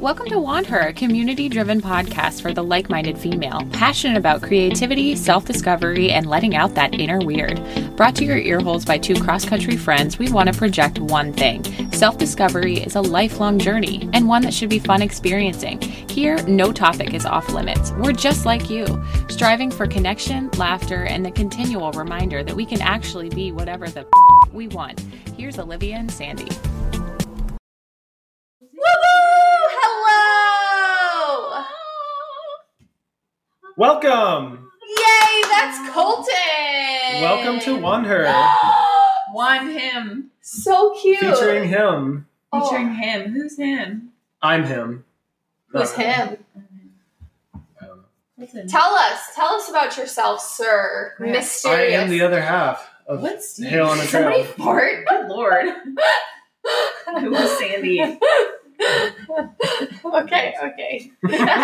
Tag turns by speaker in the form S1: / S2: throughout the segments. S1: Welcome to Want Her, a community driven podcast for the like minded female, passionate about creativity, self discovery, and letting out that inner weird. Brought to your earholes by two cross country friends, we want to project one thing self discovery is a lifelong journey and one that should be fun experiencing. Here, no topic is off limits. We're just like you, striving for connection, laughter, and the continual reminder that we can actually be whatever the we want. Here's Olivia and Sandy.
S2: Woo-woo! Hello!
S3: Welcome!
S2: Yay, that's Colton!
S3: Welcome to Wonder,
S4: One him.
S2: so cute.
S3: featuring him.
S2: Oh.
S4: Featuring him. Who's him?
S3: I'm him.
S2: Who's
S3: Uh,
S2: him?
S3: um,
S2: Tell us. Tell us about yourself, sir.
S4: Yeah.
S3: Uh, I
S2: Mysterious.
S3: am the other half of
S4: What's
S3: Hail on a
S2: Did Somebody
S3: Trail.
S2: fart.
S4: Good lord. Who was Sandy?
S2: Okay, okay.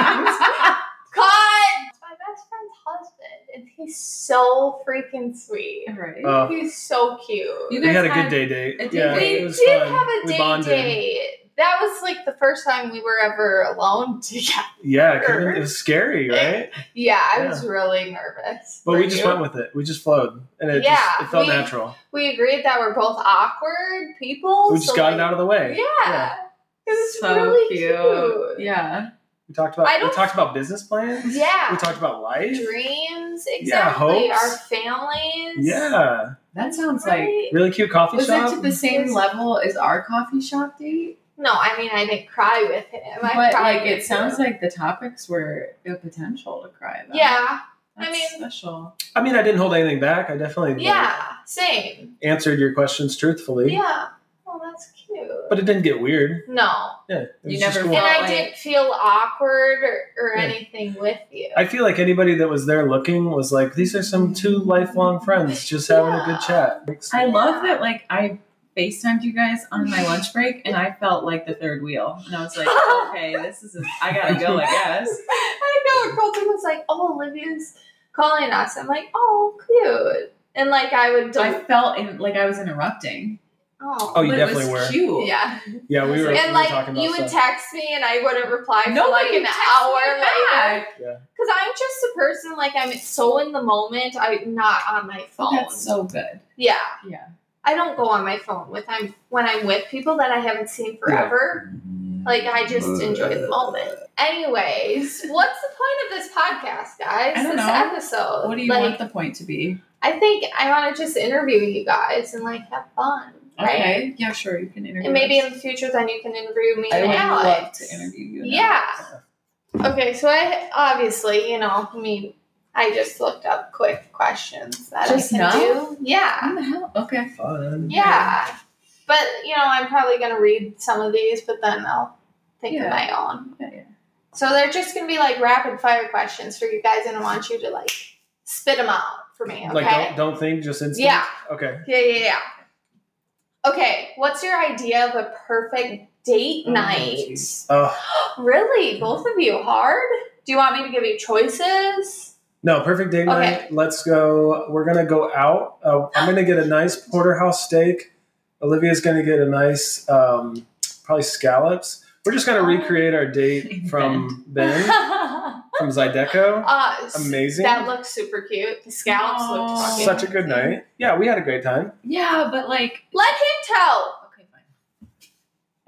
S2: Caught. It's my best friend's husband, and he's so freaking sweet.
S4: Right.
S3: Uh,
S2: He's so cute.
S4: You
S3: we
S4: guys
S3: had a
S4: had
S3: good day date.
S4: a date
S3: yeah,
S4: date?
S3: it
S2: we
S3: was
S2: did
S3: fun.
S2: have a
S3: we
S2: date
S3: bonded.
S2: date. That was like the first time we were ever alone together.
S3: Yeah, it, could've been- it was scary, right?
S2: Yeah, I was really nervous.
S3: But
S2: Were
S3: we just
S2: you?
S3: went with it. We just flowed, and it
S2: Yeah,
S3: just it felt
S2: we-
S3: natural.
S2: We agreed that we're both awkward people.
S3: We just
S2: so,
S3: got
S2: like,
S3: it out of the way.
S2: Yeah.
S3: Yeah.
S2: It was
S4: so
S2: really
S4: cute.
S2: cute.
S4: Yeah.
S3: We talked about
S2: I
S3: we
S2: don't-
S3: talked about business plans.
S2: Yeah.
S3: We talked about life.
S2: Dreams,
S3: Yeah,
S2: exactly.
S3: hopes.
S2: Our families.
S3: Yeah,
S4: That sounds like.
S2: Right?
S3: really cute coffee
S4: Was
S3: shop.
S4: it to the same level as our coffee shop date?
S2: No, I mean I didn't cry with him. I
S4: but
S2: cried
S4: like, it
S2: with
S4: sounds
S2: him.
S4: like the topics were the potential to cry about.
S2: Yeah. I
S4: That's
S2: mean-
S4: special.
S3: I mean, I didn't hold anything back. I definitely like,
S2: Yeah. Same.
S3: answered your questions truthfully.
S2: Yeah. Well, that's cute.
S3: But it didn't get weird.
S2: no.
S3: Yeah, it was
S4: You
S3: just
S4: never
S3: cool.
S2: and
S4: felt
S2: I
S4: like-
S2: didn't feel awkward or, or
S3: Yeah.
S2: anything with you.
S3: I feel like anybody that was there looking was like, these are some two lifelong friends just having a good chat.
S4: I love that. Like I FaceTimed you guys on my lunch break, and I felt like the third wheel, and I was like, okay, this is. I gotta go. I guess.
S2: I know. Colton was like, "Oh, Olivia's calling us." I'm like, "Oh, cute." And like I would, do-
S4: I felt in, like I was interrupting.
S3: Oh,
S2: oh,
S3: you
S4: but
S3: definitely
S4: it was
S3: were.
S4: Cute.
S2: yeah.
S3: Yeah, we were, we
S2: and
S3: were
S2: like
S3: talking about
S2: you would
S3: stuff.
S2: text me, and I wouldn't reply for
S4: Nobody
S2: like an
S4: texted
S2: hour
S4: me
S2: later.
S4: back.
S2: Because I'm just a person like I'm so in the moment. I'm not on my phone.
S4: That's so good.
S2: yeah.
S4: Yeah.
S2: I don't go on my phone with I'm when I'm with people that I haven't seen forever. Like I just enjoy the moment. Anyways, what's the point of this podcast, guys?
S4: I
S2: this
S4: don't know.
S2: episode.
S4: What do you
S2: like,
S4: want the point to be?
S2: I think I want to just interview you guys and like have fun, right?
S4: Okay. Yeah, sure. You can interview.
S2: And maybe
S4: us.
S2: in the future, then you can interview me
S4: I
S2: and
S4: would love
S2: Alex.
S4: to interview you. and
S2: Yeah.
S4: Alex.
S2: Okay, so I obviously, you know, I mean, I just looked up quick questions that
S4: Just
S2: I can
S4: now? Mm-hmm.
S2: do. Yeah,
S4: What the hell? Okay.
S3: Fun.
S2: yeah. But you know, I'm probably gonna read some of these, but then I'll think
S4: Yeah.
S2: of my own.
S4: Yeah, yeah.
S2: So they're just gonna be like rapid fire questions for you guys, and I want you to like spit them out for me. Okay.
S3: Like, don't, don't think, just instant.
S2: Yeah.
S3: Okay.
S2: Yeah, yeah, yeah. Okay, what's your idea of a perfect date
S4: Oh,
S2: night?
S4: jeez.
S3: Uh,
S2: Really? Both of you hard? Do you want me to give you choices?
S3: no, perfect date
S2: Okay.
S3: night. Let's go. We're going to go out. Uh, I'm going to get a nice porterhouse steak. Olivia's going to get a nice, um, probably scallops. We're just going
S2: Oh.
S3: to recreate our date from Ben,
S2: uh,
S3: from Zydeco.
S2: s-
S3: Amazing.
S2: That looks super cute. The scallops look
S4: Oh.
S2: fucking
S3: Such a good
S2: amazing.
S3: night. Yeah, we had a great time.
S4: Yeah, but like.
S2: Let him tell.
S4: Okay, fine.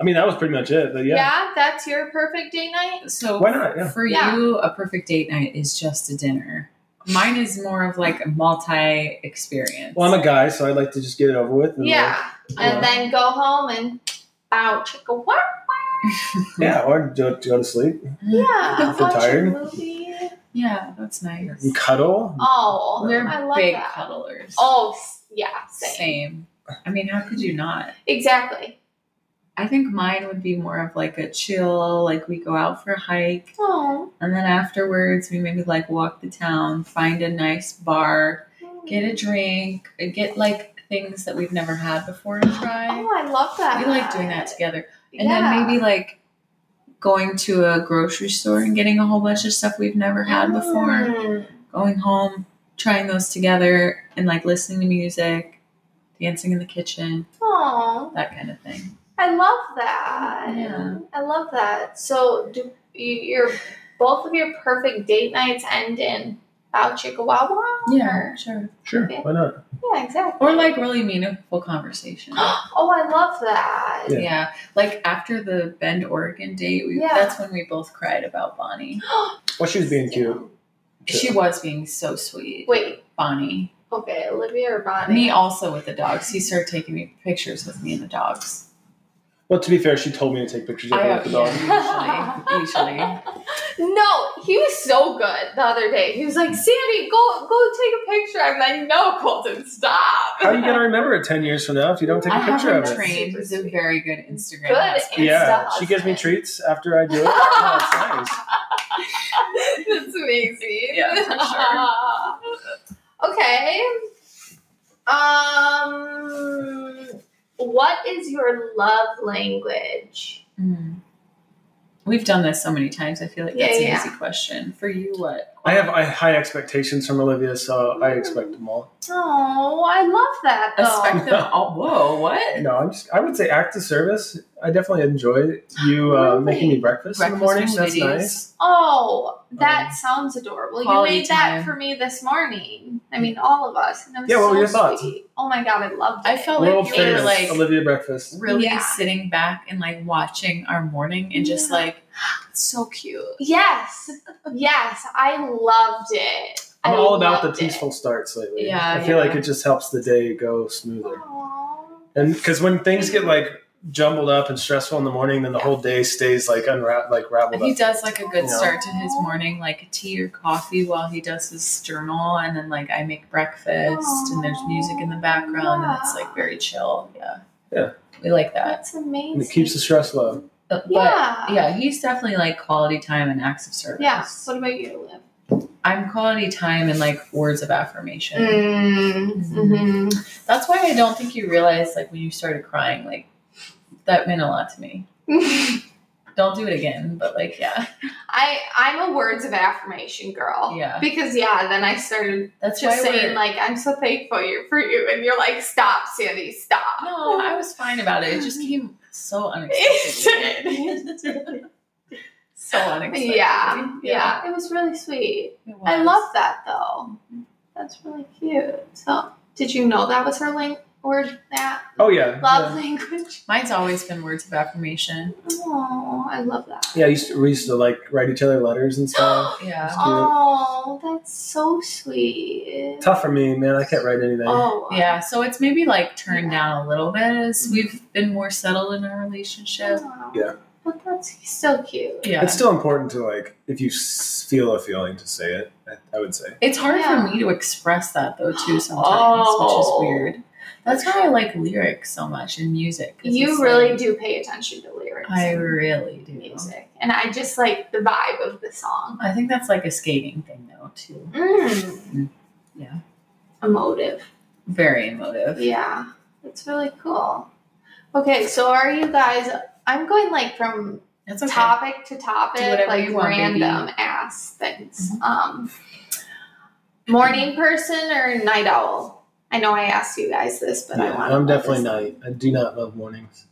S3: I mean, that was pretty much it. But
S2: Yeah.
S3: yeah,
S2: that's your perfect date night?
S4: So
S3: Why not? Yeah.
S4: for
S2: Yeah.
S4: you, a perfect date night is just a dinner. Mine is more of like a multi experience.
S3: Well, I'm a guy, so I'd like to just get it over with. and,
S2: Yeah.
S3: Yeah.
S2: And then go home and bow chicka what?
S3: like, yeah, or go, go to sleep
S2: Yeah.
S3: If you're
S2: Watch a
S3: tired.
S2: movie.
S4: yeah, that's nice.
S3: and cuddle.
S2: Oh,
S4: We're
S2: I love
S4: big
S2: that.
S4: cuddlers.
S2: Oh, s- yeah, same.
S4: same. I mean, how could you not?
S2: Exactly.
S4: I think mine would be more of like a chill, like we go out for a hike,
S2: Oh,
S4: and then afterwards we maybe like walk the town, find a nice bar, get a drink, and get like things that we've never had before to try.
S2: Oh, I love that.
S4: We like doing that together. And
S2: Yeah.
S4: then maybe like going to a grocery store and getting a whole bunch of stuff we've never had before,
S2: Mm.
S4: going home, trying those together, and like listening to music, dancing in the kitchen,
S2: Aw,
S4: that kind of thing.
S2: I I love that.
S4: Yeah.
S2: I love that. So, do you, your both of your perfect date nights end in Bow Chicka Wawa?
S4: Yeah, sure.
S3: Sure,
S2: Okay.
S3: why not?
S2: Yeah, exactly.
S4: Or like really meaningful conversation.
S2: Oh, I love that.
S4: Yeah. Like after the Bend, Oregon date, we,
S2: Yeah.
S4: that's when we both cried about Bonnie.
S3: Well, she was being cute.
S4: She was being so sweet.
S2: Wait,
S4: Bonnie.
S2: okay, Olivia or Bonnie?
S4: Me also with the dogs. He started taking me pictures with me and the dogs.
S3: Well, to be fair, she told me to take pictures of her with the dog.
S4: yeah, usually, usually.
S2: No, he was so good the other day. He was like, Sandy, go go take a picture. I'm like, no, Colton, stop.
S3: How are you gonna remember it ten years from now if you don't take
S4: I
S3: a
S4: have
S3: picture
S4: him
S3: of it?
S4: trained. He's a very good Instagram.
S2: Good
S4: husband.
S2: Insta
S3: Yeah, she gives me
S2: husband.
S3: treats after I do it. Oh, that's nice.
S2: That's amazing.
S4: Yeah, for
S2: okay. Um, what is your love language?
S4: Mm. We've done this so many times. I feel like
S2: Yeah,
S4: that's
S2: yeah.
S4: an easy question for you. What?
S3: I have I, high expectations from Olivia, so I expect them all.
S2: Oh, I love that
S4: A
S2: though.
S4: spectrum. Oh, whoa! What?
S3: No, I'm just. I would say act of service. I definitely enjoy you uh,
S2: Really?
S3: making me breakfast, in the morning.
S4: with
S3: That's
S4: videos.
S3: nice.
S2: Oh, that
S3: Um,
S2: sounds adorable. You
S4: quality
S2: made that
S4: time.
S2: for me this morning. I mean, all of us. And it was
S3: Yeah, what
S2: so
S3: were your thoughts?
S2: sweet. Oh my god, I loved it.
S4: I felt
S3: World
S4: like you were
S3: famous
S4: like
S3: Olivia breakfast.
S4: really
S2: Yeah.
S4: sitting back and like watching our morning and just
S2: Yeah.
S4: like so cute.
S2: Yes, yes, I loved it.
S3: I'm
S2: I
S3: all about the
S2: loved
S3: peaceful starts lately.
S4: Yeah,
S3: I feel
S4: yeah.
S3: like it just helps the day go
S2: It.
S3: smoother.
S2: Aw.
S3: And because when things get like jumbled up and stressful in the morning, then the whole day stays like unwrapped, like
S4: And
S3: raveled
S4: he
S3: up.
S4: does like a good
S3: Yeah.
S4: start to his morning, like tea or coffee while he does his journal, and then like I make breakfast, and there's music in the background, and it's like very chill. Yeah,
S3: Yeah.
S4: we like that.
S2: That's amazing.
S3: And it keeps the stress low.
S4: But, but
S2: Yeah.
S4: yeah, he's definitely like quality time and acts of service.
S2: Yeah. What about you, Liv?
S4: I'm quality time and like words of affirmation.
S2: Mm. Mm-hmm.
S4: That's why I don't think you realized like when you started crying, like that meant a lot to me. Don't do it again, but like yeah,
S2: I I'm a words of affirmation girl.
S4: Yeah.
S2: Because yeah, then I started
S4: that's
S2: just
S4: why
S2: saying
S4: we're-
S2: like I'm so thankful you for you, and you're like, stop, Sandy, stop.
S4: No, I was fine about it. It just came so
S2: It
S4: unexpectedly. so unexpectedly.
S2: Yeah, yeah, it was really sweet.
S4: It was.
S2: I love that though. That's really cute. So, did you know that was her link word? That
S3: Oh yeah,
S2: love language.
S4: Mine's always been words of affirmation.
S2: Oh, I love that.
S3: yeah. yeah I used to, we used to like write each other letters and stuff.
S4: Yeah.
S2: oh, that's so sweet.
S3: Tough for me, man. I can't write anything.
S2: Oh,
S4: Yeah, so it's maybe like turned
S2: Yeah.
S4: down a little bit as
S2: Mm-hmm.
S4: we've been more settled in our relationship.
S2: Aw.
S3: Yeah.
S2: But that's so cute.
S4: Yeah.
S3: It's still important to like if you s- feel a feeling to say it. I, I would say.
S4: It's hard
S2: Yeah.
S4: for me to express that though too sometimes,
S2: Oh.
S4: which is weird. That's why I like lyrics so much and music. 'cause it's
S2: You really
S4: like-
S2: do pay attention to lyrics.
S4: I
S2: and
S4: really do.
S2: music. And I just like the vibe of the song.
S4: I think that's like a skating thing though too.
S2: Mm.
S4: Yeah.
S2: Emotive.
S4: Very emotive.
S2: Yeah. It's really cool. Okay, so are you guys I'm going like from
S4: That's okay.
S2: topic to
S4: Do
S2: topic,
S4: whatever
S2: like
S4: you want, baby.
S2: random ass things.
S3: Mm-hmm.
S2: Um, morning person or night owl? I know I asked you guys this, but I
S3: Yeah,
S2: want. to
S3: I'm definitely night. I do not love mornings.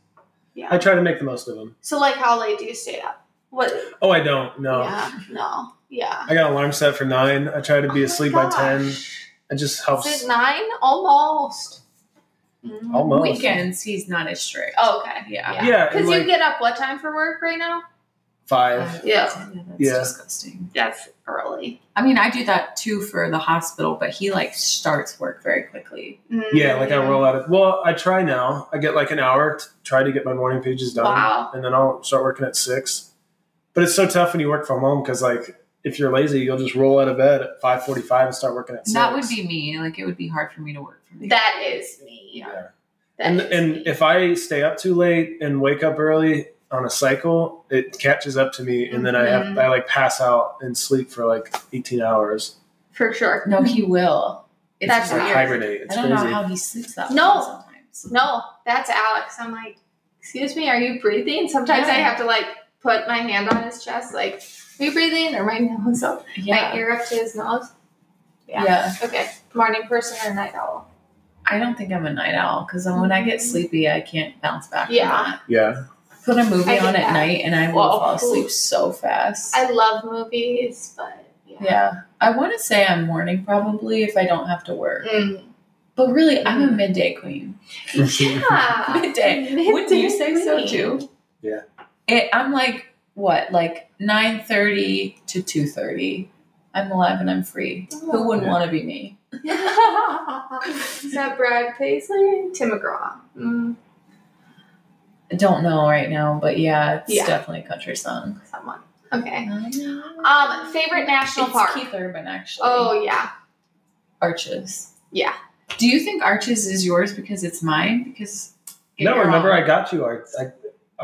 S2: Yeah.
S3: I try to make the most of them.
S2: So, like, how late do you stay up? What?
S3: Oh, I don't. No,
S2: Yeah. No. Yeah.
S3: I got an alarm set for nine. I try to
S2: Oh
S3: be
S2: my
S3: asleep by ten.
S2: gosh.
S3: It just
S2: Is it
S3: helps.
S2: nine? Almost. Mm.
S3: Almost.
S4: Weekends he's not as strict.
S2: Oh, okay.
S4: Yeah.
S2: Yeah.
S3: Yeah,
S2: Because
S3: and,
S2: you
S3: like
S2: get up what time for work right now?
S3: five.
S2: Yeah.
S4: that's
S3: Yeah.
S4: disgusting.
S2: That's early.
S4: I mean, I do that too for the hospital, but he like starts work very quickly.
S2: Mm.
S3: Yeah, like I roll out of. Well, I try now. I get like an hour to try to get my morning pages done,
S2: Wow.
S3: and then I'll start working at six. But it's so tough when you work from home because like if you're lazy, you'll just roll out of bed at five forty-five and start working at six.
S4: That would be me. Like it would be hard for me to work from there.
S2: That is me.
S3: Yeah.
S2: That
S3: And
S2: is me.
S3: and if I stay up too late and wake up early on a cycle, it catches up to me, and then I have
S2: Mhm.
S3: I like pass out and sleep for like eighteen hours.
S2: for sure.
S4: no, he will. It's
S2: That's
S3: It's like
S2: weird.
S3: hibernate. It's
S4: I don't
S3: crazy.
S4: know how he sleeps that
S2: No.
S4: long sometimes.
S2: No, that's Alex. I'm like, excuse me, are you breathing? Sometimes I
S4: Yeah.
S2: have to like put my hand on his chest, like, are you breathing? Or my nose up, my
S4: Yeah.
S2: ear up to his nose.
S4: yeah.
S2: Okay. Morning person or night owl?
S4: I don't think I'm a night owl because when I get sleepy, I can't bounce back.
S2: Mm-hmm.
S4: from
S2: Yeah.
S3: Yeah.
S4: that. Put a movie
S2: I get
S4: on at
S2: that.
S4: night and I will
S2: Well,
S4: fall asleep so fast.
S2: I love movies, but yeah.
S4: yeah. I want to say I'm morning probably if I don't have to work.
S2: Mm.
S4: But really, I'm a midday queen.
S2: Yeah.
S4: Midday. Wouldn't you say so
S2: Midday.
S4: too?
S3: Yeah.
S4: It, I'm like what, like nine thirty to two thirty. I'm alive and I'm free. Who wouldn't
S3: Yeah.
S4: want to be me?
S2: Is that Brad Paisley? Tim McGraw. Mm,
S4: I don't know right now, but yeah, it's
S2: Yeah.
S4: definitely a country song.
S2: someone. Okay. Um,
S4: Um,
S2: favorite national
S4: it's
S2: park.
S4: Keith Urban actually.
S2: Oh yeah.
S4: Arches.
S2: Yeah.
S4: Do you think Arches is yours because it's mine? Because get
S3: No,
S4: your
S3: remember
S4: own.
S3: I got you art. I,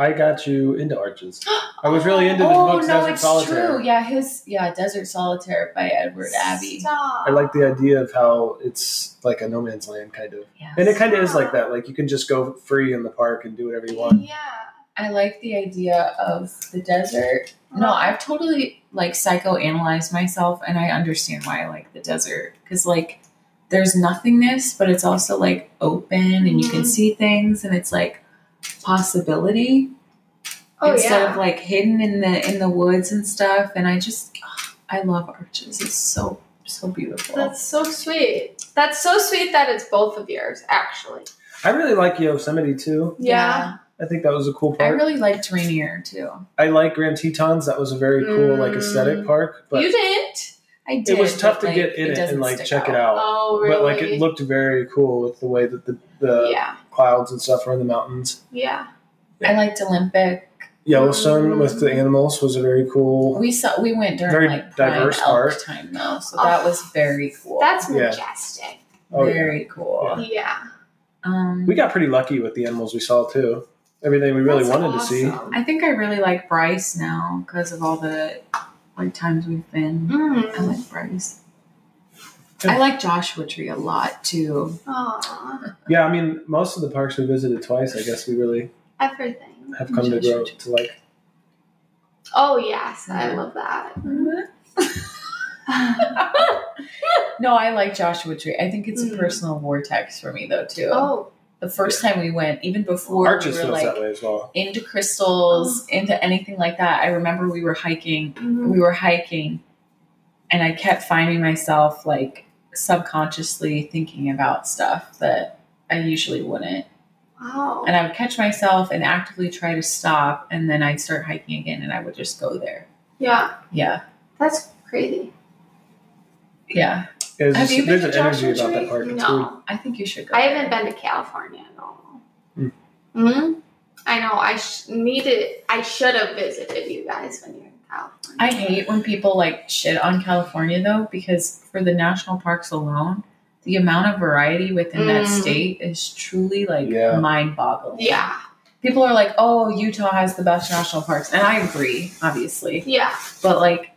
S3: I got you into arches. I was really into the book
S4: Oh, no,
S3: Desert
S4: it's
S3: Solitaire.
S4: true. Yeah, his yeah, Desert Solitaire by Edward Abbey.
S2: Stop.
S3: I like the idea of how it's like a no man's land kind of,
S4: Yes.
S3: and it kind of is like that. Like you can just go free in the park and do whatever you want.
S2: Yeah.
S4: I like the idea of the desert. No, I've totally like psychoanalyzed myself and I understand why I like the desert cuz like there's nothingness but it's also like open and you can
S2: Mhm.
S4: see things and it's like possibility
S2: Oh
S4: instead
S2: yeah.
S4: of like hidden in the in the woods and stuff and I just ugh, I love arches. It's so so beautiful.
S2: That's so sweet. That's so sweet that it's both of yours, actually.
S3: I really like Yosemite too. I think that was a cool
S4: I
S3: park.
S4: really liked Rainier too.
S3: I like Grand Tetons. That was a very cool like
S2: Mm.
S3: aesthetic park, but
S2: you didn't.
S4: I did.
S3: it was tough to
S4: but, like,
S3: get in it,
S4: doesn't
S3: and like
S4: stick
S3: check it out.
S2: Oh really?
S3: But like it looked uh, very cool with the way that the, the
S2: yeah.
S3: clouds and stuff were in the mountains.
S2: Yeah.
S4: I liked Olympic.
S3: Yellowstone
S2: Mm.
S3: with the animals was a very cool.
S4: We saw we went during
S3: Very
S4: like prime
S3: diverse
S4: elk
S3: art.
S4: time though, so that was
S2: Oh,
S4: very cool.
S2: That's
S3: Yeah.
S2: majestic.
S3: Oh, yeah.
S4: very cool.
S2: Yeah.
S4: Um,
S3: We got pretty lucky with the animals we saw too. Everything we really
S2: That's
S3: wanted to see.
S2: awesome.
S4: I think I really like Bryce now because of all the like times we've been. I
S2: Mm.
S4: like Bryce.
S3: Yeah.
S4: I like Joshua Tree a lot too.
S2: Aw.
S3: Yeah, I mean, most of the parks we visited twice. I guess we really
S2: Everything.
S3: have come to grow to like.
S2: Oh yes, I
S4: Mhm.
S2: love that. Mm-hmm.
S4: no, I like Joshua Tree. I think it's a
S2: Mm.
S4: personal vortex for me though too.
S2: oh,
S4: The first time we went, even before
S3: Arches
S4: we were
S3: feels
S4: like
S3: that way as well.
S4: into crystals,
S2: Oh.
S4: into anything like that. I remember we were hiking
S2: mhm.
S4: we were hiking and I kept finding myself like subconsciously thinking about stuff that I usually wouldn't.
S2: wow.
S4: And I would catch myself and actively try to stop and then I'd start hiking again and I would just go there.
S2: yeah,
S4: Yeah.
S2: that's crazy.
S4: Yeah.
S3: There's,
S4: Have you been
S3: there's an
S4: to
S3: energy
S4: Joshua
S3: about that
S4: Tree?
S3: park. It's weird.
S2: No,
S4: I think you should go.
S2: I haven't been to California at all.
S3: Hmm.
S2: Mhm. I know. I sh- needed. I should have visited you guys when you were in California.
S4: I hate when people like shit on California though, because for the national parks alone, the amount of variety within that
S2: Mm.
S4: state is truly like
S3: Yeah.
S4: mind boggling.
S2: Yeah,
S4: people are like, oh, Utah has the best national parks. And I agree, obviously.
S2: yeah,
S4: But like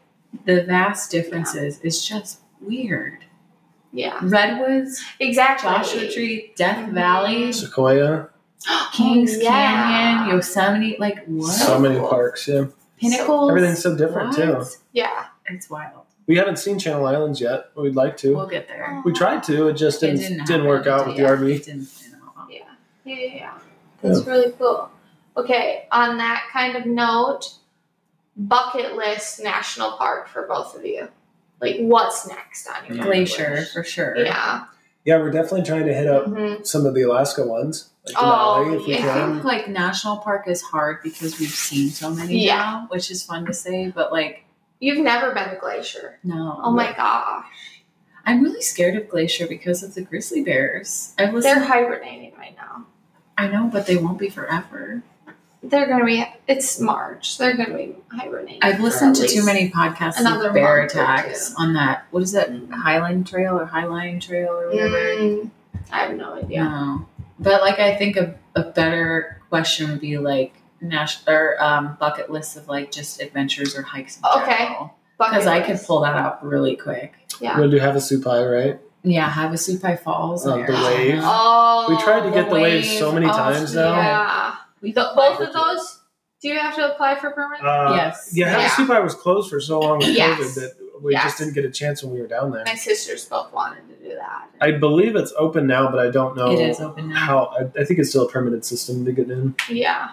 S4: the vast differences is just weird.
S2: yeah.
S4: Redwoods,
S2: Exactly.
S4: Joshua Tree, Death
S2: Mhm.
S4: Valley,
S3: Sequoia,
S4: Kings
S2: Oh, yeah.
S4: Canyon, Yosemite, like what?
S3: so many parks. Yeah,
S4: Pinnacles.
S3: everything's so different
S4: What?
S3: too.
S2: Yeah.
S4: It's wild.
S3: We haven't seen Channel Islands yet. but We'd like to.
S4: We'll get
S2: Oh.
S4: there.
S3: we tried to. It just
S4: It
S3: didn't
S4: didn't
S3: didn't,
S4: happen,
S3: work out with the
S4: yeah.
S3: RV.
S4: It didn't pan out.
S2: Yeah. Yeah. Yeah. yeah. That's really cool. Okay. On that kind of note, bucket list national park for both of you. Like, what's next on your bucket
S4: Glacier
S2: list?
S4: for sure.
S2: Yeah.
S3: Yeah, we're definitely trying to hit up
S2: Mhm.
S3: some of the Alaska ones, like the
S2: Oh,
S3: Mallee, if we
S2: yeah.
S4: I
S3: can.
S4: think like national park is hard because we've seen so many
S2: Yeah.
S4: now, which is fun to say, but like
S2: You've never been to Glacier.
S4: no.
S2: Oh my gosh.
S4: I'm really scared of Glacier because of the grizzly bears. I've
S2: They're
S4: listened.
S2: hibernating right now.
S4: I know, but they won't be forever.
S2: They're going to be, it's March. They're going to be hibernating.
S4: I've
S2: for
S4: listened
S2: at
S4: to too
S2: least-
S4: many podcasts
S2: another
S4: of bear
S2: month or
S4: attacks
S2: two.
S4: on that. What is that? Highline Trail or Highline Trail or whatever.
S2: Mm, I have no idea.
S4: No. But like, I think a, a better question would be like national or um, bucket list of like just adventures or hikes. In
S2: Okay. Bucket
S4: Because I could
S2: list.
S4: pull that up really quick.
S2: Yeah.
S3: We'll do Havasupai, right?
S4: Yeah, Havasupai Falls. in
S3: Uh, the
S4: Arizona.
S3: wave.
S2: Oh.
S3: we tried to
S4: the
S3: get the waves
S4: wave
S3: so many
S4: of
S3: times
S4: the-
S3: now.
S2: Yeah.
S4: We
S2: The,
S4: both
S2: both of those, do you have to apply for permit?
S3: Uh,
S4: Yes.
S3: Yeah,
S2: Yeah.
S3: Havasupai was closed for so long with
S2: Yes.
S3: COVID that we
S2: Yes.
S3: just didn't get a chance when we were down there.
S2: My sisters both wanted to do that.
S3: I believe it's open now, but I don't know
S4: It is open now.
S3: how. I, I think it's still a permitted system to get in.
S2: yeah.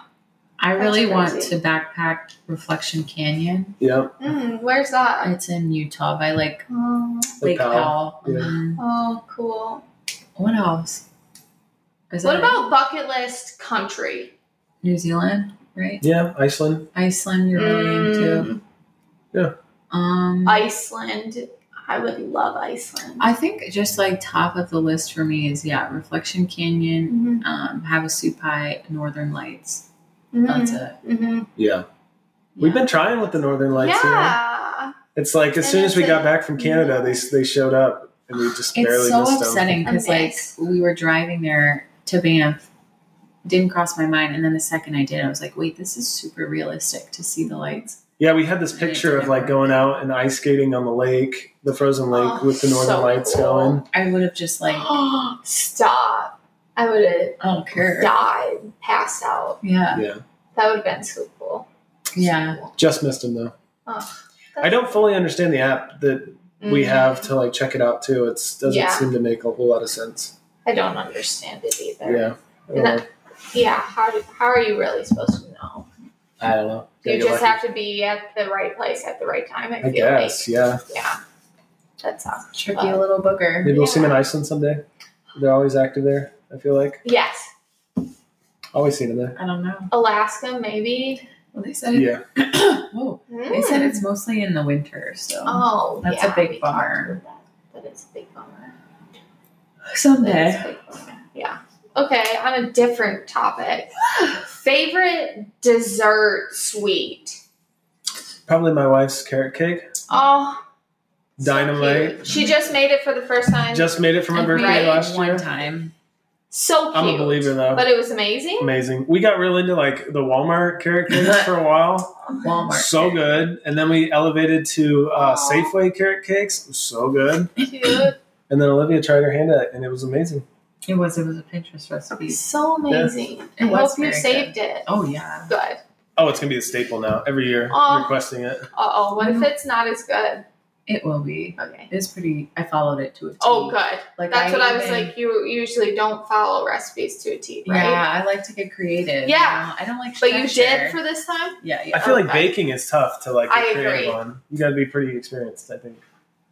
S4: I really
S2: That's
S4: want
S2: crazy.
S4: to backpack Reflection Canyon.
S3: Yeah,
S2: Mm, where's that?
S4: It's in Utah by like Mm.
S2: Oh,
S3: the
S4: Lake
S3: Powell.
S4: Powell.
S3: yeah.
S4: Mhm.
S2: oh, cool.
S4: What else? Is
S2: What
S4: that
S2: about bucket list country?
S4: it? New Zealand? Right?
S3: Yeah, Iceland.
S4: Iceland, you're really into.
S2: Mm,
S4: Um,
S2: Iceland. I would love Iceland.
S4: I think just like top of the list for me is yeah, Reflection Canyon,
S2: Mhm.
S4: um, Havasupai, Northern Lights. That's
S2: Mhm.
S4: it.
S2: Mhm.
S3: Yeah. We've
S4: Yeah.
S3: been trying with the Northern Lights here.
S2: Yeah.
S3: It's like as
S2: And
S3: soon as
S2: it's
S3: we
S2: like-
S3: got back from Canada, they they showed up and we just barely
S4: It's so
S3: missed
S4: upsetting because like
S2: Amazed.
S4: we were driving there to Banff, didn't cross my mind, and then the second I did, I was like, wait, this is super realistic to see the lights.
S3: them. Yeah, we had this
S4: And it's
S3: picture of like
S4: never-
S3: going out and ice skating on the lake, the frozen lake,
S2: Oh,
S3: with the Northern
S2: so
S3: Lights
S2: cool.
S3: going.
S4: I would have just like, Er. I
S2: Stop. I would have
S4: don't care.
S2: died, passed out.
S4: Yeah,
S3: Yeah,
S2: That would have been so cool.
S4: yeah.
S3: just missed them though.
S2: Oh,
S3: I don't fully understand the app that we
S2: Mm.
S3: have to like check it out too. It doesn't
S2: Yeah.
S3: seem to make a whole lot of sense.
S2: I don't understand it either.
S3: Yeah. I don't
S2: And
S3: know.
S2: Yeah, How, do, how are you really supposed to know?
S3: I don't know.
S2: You
S3: Gotta get
S2: just
S3: lucky.
S2: have to be at the right place at the right time. I,
S3: I
S2: feel
S3: guess, yeah.
S2: like. Yeah. That sounds
S4: Tricky
S2: Uh.
S4: little booger.
S3: Maybe we'll see them
S2: Yeah.
S3: in Iceland someday. They're always active there, I feel like.
S2: Yes.
S3: Always seen them there.
S4: I don't know.
S2: Alaska, maybe.
S4: Well, they said it,
S3: Yeah.
S4: whoa. They
S2: Mm.
S4: said it's mostly in the winter, so
S2: Oh,
S4: That's
S2: yeah,
S4: a big
S2: we talked
S4: bummer.
S2: about That. that is a big bummer. That is
S4: someday.
S2: a big bummer. Yeah. Okay, on a different topic. Favorite dessert sweet?
S3: Probably my wife's carrot cake.
S2: Oh, so
S3: Dynamite.
S2: cute. She just made it for the first time.
S3: Just made it for my
S4: I've made
S3: birthday
S2: Right.
S4: it
S3: last
S4: one
S3: year.
S4: time.
S2: so cute.
S3: I'm a believer though.
S2: But it was amazing.
S3: Amazing. We got real into like the Walmart carrot cakes for a while.
S2: Oh,
S4: Walmart.
S3: So good. And then we elevated to uh,
S2: Aw.
S3: Safeway carrot cakes. So good.
S2: Cute.
S3: And then Olivia tried her hand at it and it was amazing.
S4: It was. It was a Pinterest recipe.
S2: so amazing. I
S4: It was
S2: hope you
S4: very good.
S2: saved it.
S4: Oh yeah.
S2: Good.
S3: Oh, it's gonna be a staple now. Every year
S2: Aw.
S3: requesting it.
S2: Uh oh, what if it's not as good?
S4: It will be.
S2: Okay.
S4: It's pretty. I followed it to a T.
S2: Oh, good.
S4: Like
S2: That's what I was
S4: even-
S2: like. You usually don't follow recipes to a T, right?
S4: Yeah, I like to get creative.
S2: Yeah.
S4: you know? I don't like.
S2: But you
S4: structure.
S2: did for this time?
S4: yeah,
S3: I
S4: yeah.
S3: feel like
S2: Okay.
S3: baking is tough to like get
S2: I agree.
S3: creative on. You gotta be pretty experienced, I think.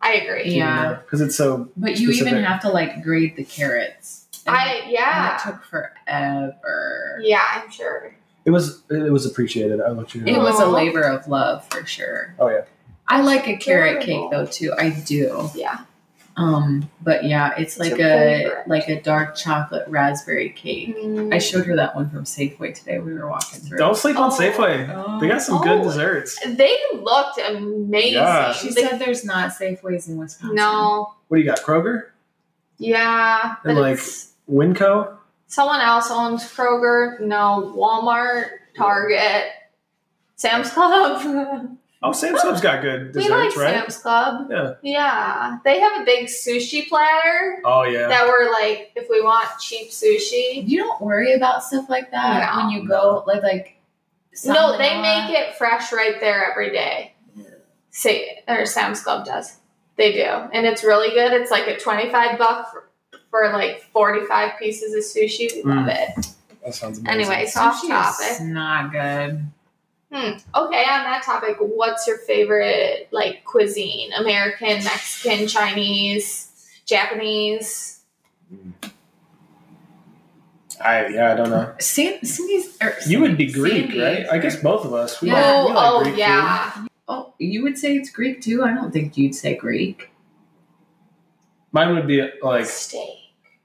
S2: I agree.
S4: Yeah.
S3: Because it's so
S4: But you even
S3: Specific.
S4: have to like grade the carrots. And it-
S2: I
S4: and it
S2: yeah.
S4: took forever.
S2: Yeah, I'm sure.
S3: it was it was appreciated, I want you to
S4: It
S3: know.
S4: was a
S2: Aw.
S4: labor of love for sure.
S3: Oh, yeah.
S4: I like a carrot cake
S2: Adorable.
S4: though too. I do.
S2: Yeah.
S4: Um, but yeah, it's like
S2: your
S4: a
S2: favorite. Mm.
S4: like a dark chocolate raspberry cake. I showed her that one from Safeway today. We were walking through.
S3: Don't sleep on
S2: Oh.
S3: Safeway.
S4: Oh.
S3: They got some good
S2: Oh.
S3: desserts.
S2: They looked amazing.
S3: Yeah.
S4: She
S2: They-
S4: said there's not Safeways in Wisconsin.
S2: no.
S3: What do you got? Kroger?
S2: Yeah. But
S3: And like
S2: it's-
S3: Winco?
S2: someone else owns Kroger. No. Walmart, Target, Sam's Club.
S3: Oh, Sam's Club's got good
S2: we
S3: desserts,
S2: like
S3: right?
S2: Sam's Club.
S3: Yeah.
S2: Yeah. They have a big sushi platter
S3: Oh yeah.
S2: that were like, if we want cheap sushi.
S4: You don't worry about stuff like that
S2: No.
S4: when you go like like.
S2: No, they make it fresh right there every day. Say or Sam's Club does. They do, and it's really good. It's like a twenty-five buck for, for like forty-five pieces of sushi. We
S3: Mm,
S2: love it.
S3: that sounds amazing.
S2: Anyway, so off
S4: It's
S2: topic.
S4: not good.
S2: Okay, on that topic, what's your favorite like cuisine? American, Mexican, Chinese, Japanese.
S3: I yeah, I don't know.
S4: San- Cindy's, er, or
S3: You would be
S4: Sandy's,
S3: Greek, right? I
S4: or-
S3: guess both of us. We
S4: Yeah.
S3: like,
S2: Oh,
S3: we like
S2: oh
S3: Greek food.
S2: yeah.
S4: Oh, you would say it's Greek too. I don't think you'd say Greek.
S3: Mine would be like
S2: Steak.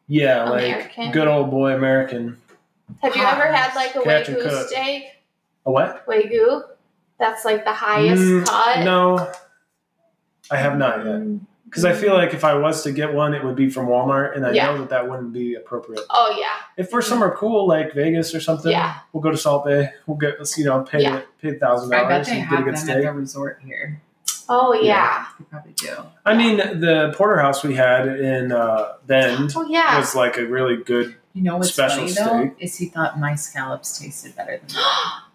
S3: yeah, like
S2: American.
S3: good old boy American.
S2: Have you
S4: Hot
S2: ever had
S4: ones.
S2: like a
S3: Catch and
S2: wagyu
S3: cook.
S2: steak?
S3: A what?
S2: Wagyu? That's like the highest
S3: Mm,
S2: cut.
S3: No. I have not yet. Because I feel like if I was to get one, it would be from Walmart, and I
S2: Yeah.
S3: know that that wouldn't be appropriate.
S2: Oh yeah.
S3: If we're somewhere cool like Vegas or something,
S2: Yeah.
S3: we'll go to Salt Bay. We'll get let's, you know pay
S2: Yeah.
S3: pay thousand
S4: I bet
S3: dollars
S4: they
S3: and get a
S4: have them
S3: good
S4: at
S3: steak.
S4: their resort here.
S2: Oh yeah.
S4: They probably do.
S3: I mean, the porterhouse we had in uh, Bend
S2: Oh yeah.
S3: was like a really good.
S4: You know what's
S3: Special
S4: funny
S3: steak.
S4: though is he thought my scallops tasted better than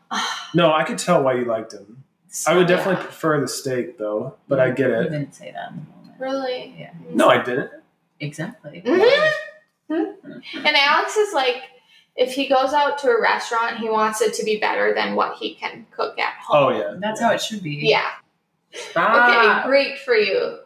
S4: mine.
S3: No, I could tell why you liked them.
S4: So,
S3: I would definitely prefer the steak though, but I get
S4: You
S3: it.
S4: didn't say that in the moment.
S2: Really?
S4: Yeah.
S3: No, I didn't.
S4: Exactly.
S2: Mhm. Hmm? And Alex is like, if he goes out to a restaurant, he wants it to be better than what he can cook at
S3: Oh
S2: home.
S3: yeah.
S4: That's how it should be.
S2: Yeah.
S4: Stop.
S2: Okay, great for you.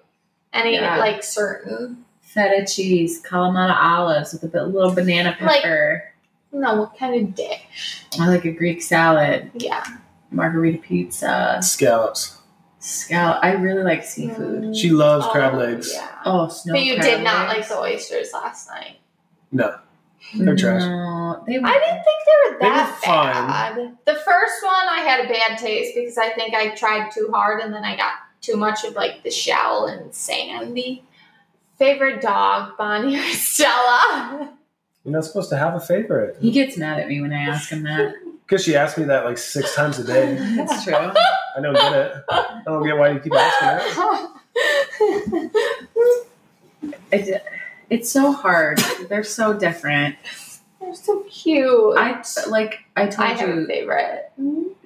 S2: Any
S4: Ah. Yeah.
S2: like certain?
S4: Feta cheese, Kalamata olives with a bit, little banana
S2: Like-
S4: pepper,
S2: No, what kind of dish?
S4: or like a Greek salad,
S2: Yeah.
S4: margarita pizza,
S3: Scallops.
S4: scallop. I really like seafood.
S2: Mm,
S3: She loves
S2: oh,
S3: crab legs.
S2: Yeah.
S4: Oh, snow.
S2: but you did not like
S4: crab
S2: the oysters last night.
S4: legs.
S3: They're trash.
S4: No, they were.
S2: I didn't think they were
S3: They were
S2: that
S3: fine.
S2: bad. The first one I had a bad taste because I think I tried too hard and then I got too much of like the shell and sandy. Favorite dog, Bonnie or Stella?
S3: You're not supposed to have a favorite.
S4: He gets mad at me when I ask him that.
S3: Because she asked me that like six times a day.
S4: That's true.
S3: I don't get it. I don't get why you keep asking that.
S4: It, it's so hard. They're so different.
S2: They're so cute.
S4: I like. I
S2: I
S4: told
S2: have a
S4: you.
S2: favorite.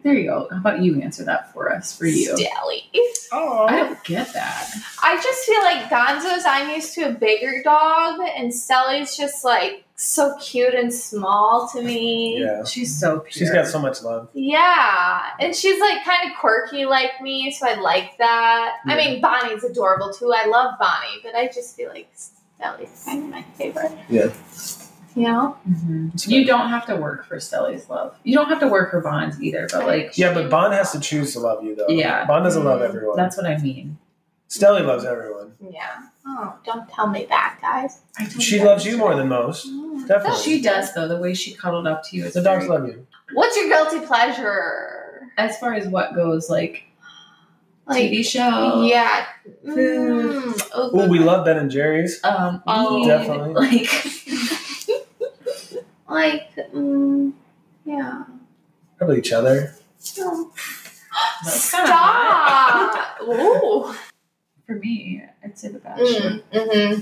S4: There you go. How about you answer that for us? For you.
S2: Stally.
S4: I
S3: Oh.
S4: don't get that.
S2: I just feel like Gonzo's I'm used to a bigger dog and Stelly's just like so cute and small to me.
S3: Yeah.
S4: She's so pure.
S3: She's got so much love.
S2: Yeah, and she's like kind of quirky like me, so I like that. I
S3: Yeah.
S2: mean, Bonnie's adorable too. I love Bonnie, but I just feel like Sally's kind of my favorite.
S3: Yeah.
S2: You know? Mm-hmm.
S4: Mhm. You don't have to work for Stelly's love. You don't have to work her bonds either. But like,
S3: Yeah, but Bond has to choose to love you though.
S4: Yeah. Mm-hmm.
S3: Bond doesn't love everyone.
S4: that's what I mean.
S3: Stelly loves everyone.
S2: Yeah. Oh, don't tell me that, guys.
S4: I told
S3: She
S4: that
S3: loves you
S4: yesterday.
S3: more than most. Definitely.
S4: She does though. The way she cuddled up to you is
S3: The
S4: very
S3: dogs love you.
S2: What's your guilty pleasure?
S4: as far as what goes, like,
S2: Like,
S4: TV show.
S2: yeah.
S4: Food.
S2: Mm. Oh,
S3: Ooh,
S2: good.
S3: we love Ben and Jerry's.
S4: Um,
S2: Oh.
S4: weed,
S3: Definitely.
S4: Like,
S2: like, mm, yeah.
S3: Probably each other.
S2: No.
S4: That's kinda
S2: Stop. Ooh.
S4: for me, I'd say The Bachelor
S2: Mm, mm-hmm.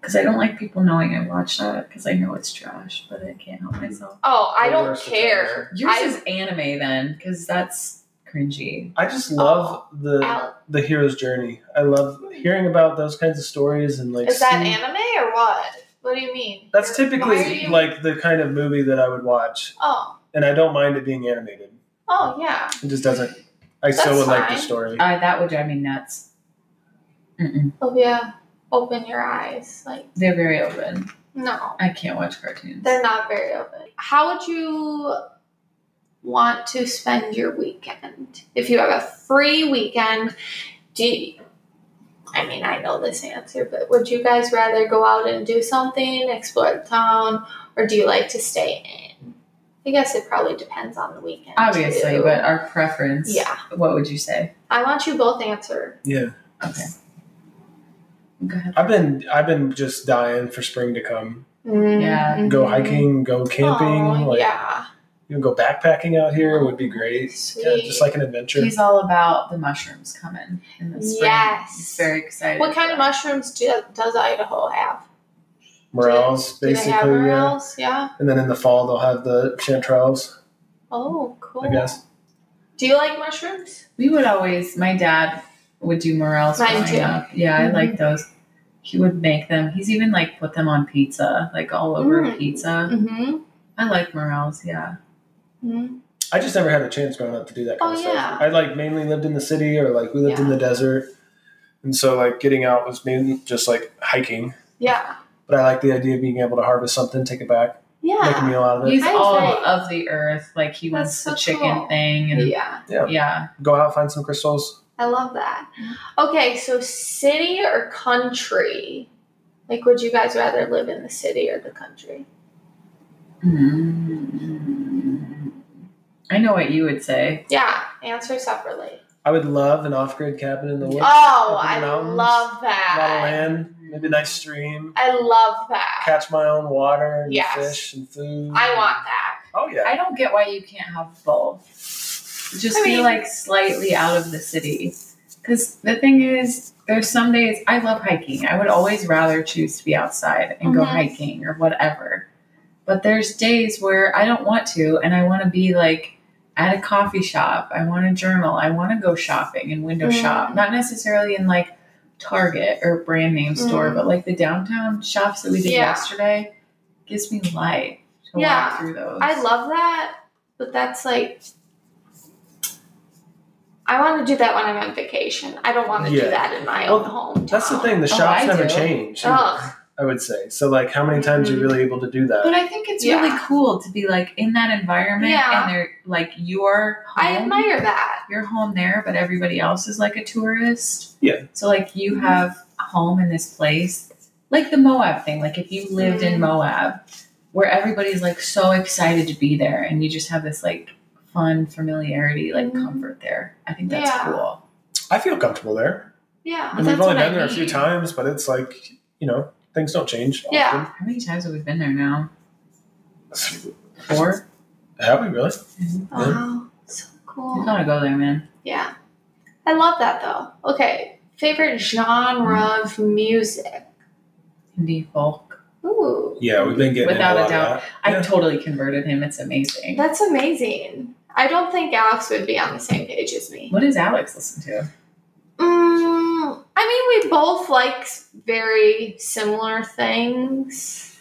S4: because I don't like people knowing I watch that because I know it's trash, but I can't help myself.
S2: Oh, I
S3: Or
S2: don't
S3: worse,
S2: care.
S4: Yours
S2: I-
S4: is anime then, because that's cringy.
S3: I just love
S4: Oh.
S3: the
S2: Al-
S3: the hero's journey. I love hearing about those kinds of stories and like
S2: Is that
S3: seeing-
S2: anime or what? What do you mean?
S3: that's
S2: Why are
S3: typically
S2: you-
S3: like the kind of movie that I would watch,
S2: Oh,
S3: and I don't mind it being animated.
S2: oh yeah.
S3: It just doesn't. I still
S2: That's
S3: would like the
S2: fine.
S3: story.
S4: Uh, that would drive me nuts. Mm-mm.
S2: Olivia, open your eyes. Like
S4: They're very open.
S2: no,
S4: I can't watch cartoons.
S2: they're not very open. How would you want to spend your weekend if you have a free weekend? Do you, I mean I know this answer, but would you guys rather go out and do something, explore the town, or do you like to stay in? I guess it probably depends on the weekend.
S4: Obviously,
S2: too.
S4: but our preference.
S2: yeah.
S4: What would you say?
S2: I want you both answer.
S3: Yeah,
S4: Okay. Go ahead.
S3: I've been I've been just dying for spring to come.
S4: Yeah.
S3: Go hiking, go camping,
S2: Oh,
S3: like
S2: Mm-hmm. yeah.
S3: you know, go backpacking out here would be great.
S2: Sweet.
S3: Yeah, just like an adventure.
S4: He's all about the mushrooms coming in the spring.
S2: Yes.
S4: He's very excited.
S2: what kind of mushrooms do, does Idaho have?
S3: Morels,
S2: Do they have
S3: basically, yeah.
S2: morels? Yeah.
S3: And then in the fall they'll have the chanterelles,
S2: Oh, cool.
S3: I guess.
S2: Do you like mushrooms?
S4: We would always. My dad would do morels
S2: Mine
S4: growing
S2: too.
S4: up. Yeah,
S2: Mhm.
S4: I like those. He would make them. He's even like put them on pizza, like all over
S2: Mm.
S4: pizza.
S2: Mm-hmm.
S4: I like morels. Yeah.
S3: I just never had a chance growing up to do that kind
S2: Oh,
S3: of stuff.
S2: yeah.
S3: I like mainly lived in the city or like we lived in
S2: Yeah.
S3: the desert. And so like getting out was mainly just like hiking.
S2: Yeah.
S3: But I like the idea of being able to harvest something, take it back, make a
S2: Yeah.
S3: meal out of it,
S4: He's
S2: I
S4: all
S2: like-
S4: of the earth. Like he wants
S2: That's
S4: the
S2: so
S4: chicken
S2: cool.
S4: thing, and
S2: Yeah.
S4: yeah.
S3: Yeah. go out, find some crystals.
S2: I love that. Okay, so city or country? Like, would you guys rather live in the city or the country?
S4: Hmm. Mm. I know what you would say.
S2: Yeah, answer separately.
S3: I would love an off grid cabin in the woods.
S2: Oh,
S3: up in
S2: I
S3: the mountains,
S2: love
S3: A lot of
S2: that.
S3: land,
S4: Hmm.
S3: maybe a nice stream.
S2: I love that.
S3: Catch my own water and
S2: Yes.
S3: fish and food.
S2: I want that.
S3: Oh yeah.
S4: I don't get why you can't have both. Just
S2: I
S4: be
S2: mean-
S4: like slightly out of the city. Because the thing is, there's some days I love hiking. I would always rather choose to be outside and go
S2: Mhm.
S4: hiking or whatever. But there's days where I don't want to and I want to be like at a coffee shop. I want to journal. I want to go shopping and window
S2: Mm.
S4: shop. Not necessarily in like Target or brand name store,
S2: Mm.
S4: but like the downtown shops that we did
S2: Yeah.
S4: yesterday gives me life to
S2: Yeah.
S4: walk through those.
S2: I love that, but that's like I want to do that when I'm on vacation. I don't want to
S3: Yeah.
S2: do that in my
S3: Well,
S2: own home.
S3: That's the thing. The
S4: Oh,
S3: shops
S4: I
S3: never
S4: do.
S3: change.
S2: Ugh.
S3: I would say so. Like, how many times
S4: Mhm.
S2: Mm-hmm.
S3: are you really able to do that?
S4: But I think it's
S2: Yeah.
S4: really cool to be like in that environment
S2: Yeah.
S4: and they're like your home.
S2: I admire that.
S4: your home there, but everybody else is like a tourist.
S3: Yeah.
S4: So like you have a home in this place. Like the Moab thing. Like if you lived in
S2: Mm.
S4: Moab where everybody's like so excited to be there and you just have this like fun familiarity, like
S2: Mm.
S4: comfort there. I think that's
S2: Yeah.
S4: cool.
S3: I feel comfortable there.
S2: Yeah.
S3: and
S4: that's
S3: we've only
S4: what I
S3: been there a few
S4: mean.
S3: times, but it's like you know things don't change.
S2: Yeah.
S4: How many times have we been there now?
S3: often.
S4: Four?
S3: Have we really?
S2: Wow. So
S4: You
S2: cool.
S4: gotta go there, man.
S2: Yeah. I love that though. Okay. Favorite genre of music.
S4: Indie folk.
S2: Ooh.
S3: Yeah, we've been getting into
S4: Without a
S3: lot of
S4: doubt.
S3: that.
S4: I
S3: Yeah.
S4: totally converted him. It's amazing.
S2: That's amazing. I don't think Alex would be on the same page as me.
S4: What does Alex listen to?
S2: Mm, I mean, we both like s- very similar things,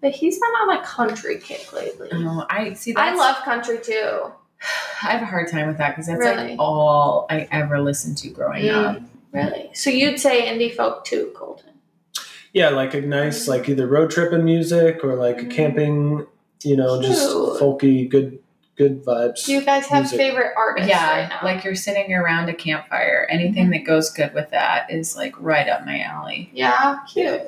S2: but he's been on a country kick lately.
S4: Oh, I see.
S2: I
S4: That's,
S2: love country too.
S4: I have a hard time with that because that's
S2: Really?
S4: like all I ever listened to growing
S2: Mm.
S4: up.
S2: Really? So you'd say indie folk too, Colton?
S3: Yeah, like a nice, like either road tripping music or like a
S2: Mhm.
S3: camping, you know, just
S2: Cute.
S3: folky, good, good vibes.
S2: Do you guys have
S3: Music.
S2: favorite artists right
S4: Yeah,
S2: now?
S4: like you're sitting around a campfire. Anything
S2: Mm-hmm.
S4: that goes good with that is like right up my alley.
S2: yeah, cute.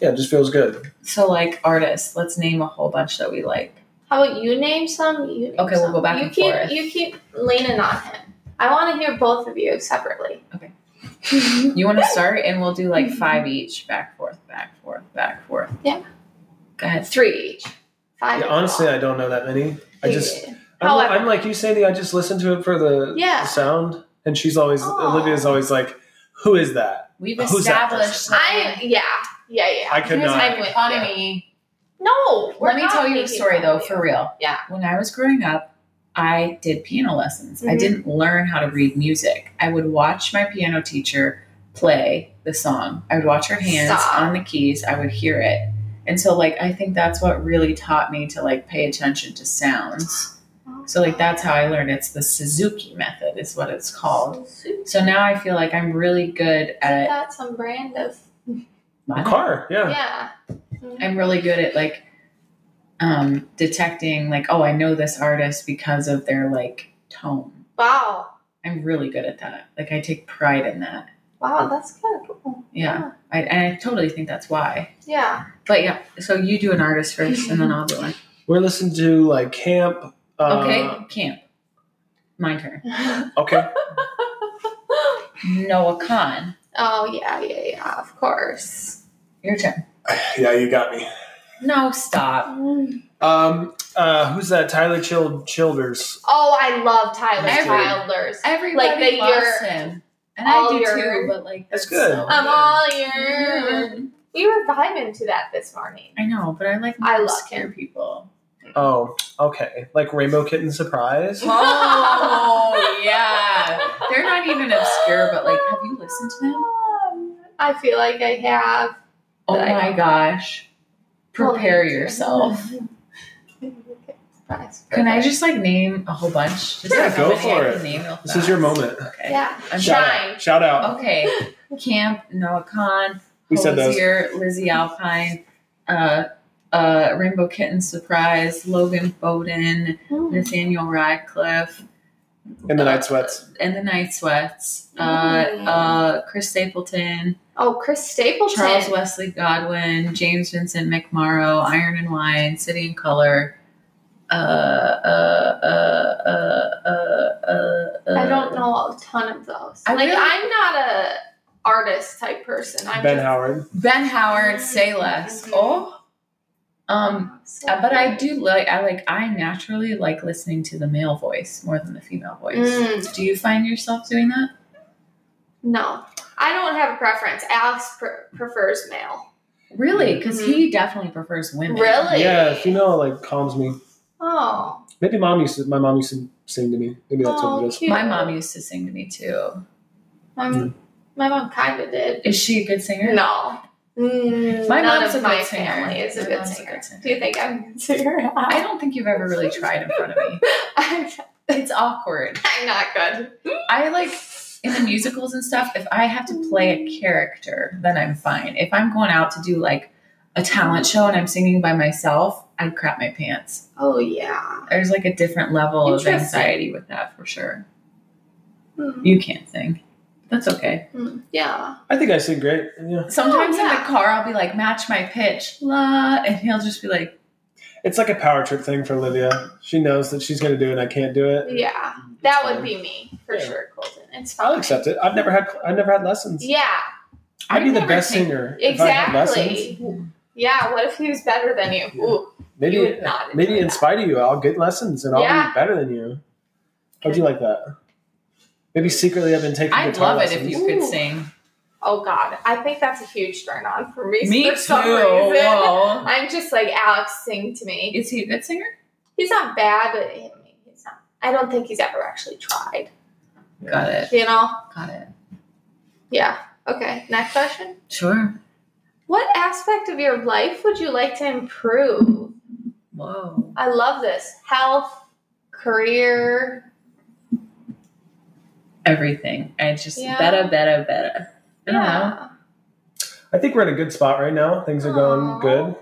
S3: Yeah, it just feels good.
S4: So like artists, let's name a whole bunch that we like.
S2: How about you name some? You name
S4: Okay, we'll
S2: some.
S4: go back
S2: you
S4: and
S2: keep,
S4: forth.
S2: You keep leaning on him. I want to hear both of you separately.
S4: Okay.
S2: Okay.
S4: You want to start, and we'll do like five each, back forth, back forth, back forth.
S2: Mm-hmm. Yeah.
S4: Go ahead.
S2: Three each. Five.
S3: Yeah, honestly, I don't know that many. I just, I'm,
S2: However-
S3: I'm like you, Sandy. I just listen to it for the
S2: Yeah.
S3: the sound, and she's always
S2: Aw.
S3: Olivia's always like, "Who is that?"
S4: We've
S3: Who's that
S4: established.
S2: I yeah yeah yeah.
S3: I could
S4: Here's
S3: not.
S2: I'm
S4: my
S2: with
S4: economy.
S2: No, we're
S4: Let me
S2: not
S4: tell you a
S2: making
S4: story
S2: fun
S4: though,
S2: of you.
S4: for real.
S2: Yeah.
S4: When I was growing up, I did piano lessons. I
S2: Mhm.
S4: didn't learn how to read music. I would watch my piano teacher play the song. I would watch her hands
S2: Stop.
S4: on the keys. I would hear it. And so like I think that's what really taught me to like pay attention to sounds. So like that's how I learned it's the Suzuki method is what
S2: Oh,
S4: it's called. So now I feel like I'm really good at
S2: That's some brand of
S3: A car, yeah.
S2: yeah.
S4: I'm really good at like um detecting like oh I know this artist because of their like tone.
S2: Wow,
S4: I'm really good at that. Like I take pride in that.
S2: wow, that's kind of cool.
S4: Yeah. I and I totally think that's why.
S2: Yeah,
S4: But yeah, so you do an artist first and then I'll do one.
S3: We're listening to like camp. Uh,
S4: Okay, camp. My turn.
S2: yeah.
S3: Okay.
S4: Noah Khan.
S2: oh yeah, yeah, yeah. Of course.
S4: Your turn.
S3: yeah, you got me.
S4: No, stop.
S2: Oh,
S3: Um, uh, who's that? Tyler Chil- Childers.
S2: Oh, I love Tyler
S3: Every-
S2: Childers.
S4: Everybody
S2: Like, they-
S4: loves
S2: you're
S4: him. And
S2: all
S4: I do
S2: your-
S4: too, but like
S3: That's good.
S4: so
S2: I'm all yours.
S4: good.
S2: We were vibing to that this morning.
S4: I know, but I like
S2: I love
S4: obscure people.
S3: Oh, okay. Like Rainbow Kitten Surprise.
S4: Oh yeah, they're not even obscure, but like, have you listened to them?
S2: I feel like I have.
S4: Oh my gosh, prepare yourself.
S2: Surprise.
S4: Can I just like name a whole bunch? Just
S3: Yeah,
S4: like
S3: go
S4: how many I
S3: for
S4: can
S3: it.
S4: Name real
S3: This is your
S4: fast?
S3: moment.
S4: Okay.
S2: Yeah.
S4: I'm
S3: Shout
S2: Shine.
S3: out. Shout out.
S4: Okay. Camp Noah Khan,
S3: We said those.
S4: Hosier, Lizzie Alpine, uh, uh, Rainbow Kitten Surprise, Logan Bowden, Nathaniel Radcliffe.
S2: Oh.
S3: In the night sweats.
S4: and the Night Sweats, uh,
S2: Mm.
S4: uh, Chris Stapleton,
S2: Oh, Chris Stapleton.
S4: Charles Wesley Godwin, James Vincent McMorrow, Iron and Wine, City and Color. Uh, uh, uh, uh, uh, uh, uh,
S2: I don't know a ton of those.
S4: I
S2: like
S4: really-
S2: I'm not a artist type person. I'm
S3: ben
S2: just,
S3: Howard.
S4: Ben Howard, Say Less.
S2: Mhm.
S4: Oh, um,
S2: So-
S4: uh, but I do like I like I naturally like listening to the male voice more than the female voice.
S2: Mm,
S4: Do you find yourself doing that?
S2: no, I don't have a preference. Alex pre- prefers male.
S4: Really? Because he definitely prefers women.
S2: Mm-hmm. Really?
S3: Yeah, female like calms me.
S2: Oh,
S3: Maybe mom used to. My mom used to sing to me. Maybe that's what
S2: Oh,
S3: it is. Mm.
S2: cute.
S4: My mom used to sing to me too.
S2: My, m- my mom kind of did.
S4: Is she a good singer?
S2: No. Mm,
S4: My
S2: none
S4: mom's
S2: of
S4: a good
S2: my
S4: singer.
S2: family is a
S4: My
S2: good
S4: mom's a
S2: singer.
S4: good singer.
S2: Do you think I'm a good singer?
S4: I don't think you've ever really tried in front of me.
S2: I'm,
S4: It's awkward.
S2: I'm not good.
S4: I like in the musicals and stuff, if I have to play a character, then I'm fine. If I'm going out to do like a talent show and I'm singing by myself, I'd crap my pants.
S2: Oh, yeah.
S4: There's like a different level of
S2: Interesting.
S4: anxiety with that for sure.
S2: Hmm.
S4: You can't sing. That's okay.
S2: Hmm. Yeah.
S3: I think I sing great. Yeah.
S4: Sometimes
S2: Oh,
S4: in
S2: yeah.
S4: the car, I'll be like, match my pitch, la, and he'll just be like,
S3: It's like a power trip thing for Olivia. She knows that she's going to do it. I can't do it.
S2: Yeah. That
S3: fine.
S2: would be me for
S3: Yeah.
S2: sure, Colton. It's
S3: I'll
S2: fine.
S3: accept it. I've never had I've never had lessons.
S2: Yeah.
S3: I'd be
S4: I've
S3: the
S4: never
S3: best
S4: taken-
S3: singer if I had lessons.
S2: Exactly. Yeah. What if he was better than you? Ooh.
S3: Maybe
S2: You would not enjoy
S3: maybe in
S2: that.
S3: spite of you, I'll get lessons and I'll
S2: Yeah.
S3: be better than you. How'd you like that? Maybe secretly I've been taking
S4: I'd
S3: guitar
S4: love it if
S3: lessons.
S4: you could
S2: Ooh.
S4: sing.
S2: Oh God, I think that's a huge turn on for me.
S4: Me
S2: for
S4: too.
S2: Some reason.
S4: Whoa.
S2: I'm just like Alex, sing to me.
S4: Is he a good singer?
S2: He's not bad, but I mean, he's not. I don't think he's ever actually tried.
S4: Got it.
S2: You know?
S4: Got it.
S2: Yeah. Okay. Next question.
S4: Sure.
S2: What aspect of your life would you like to improve?
S4: Whoa.
S2: I love this. Health, career.
S4: everything. I just
S2: Yeah.
S4: better, better, better. I don't know.
S2: Yeah.
S3: I think we're in a good spot right now. Things are going
S2: Aw.
S3: good.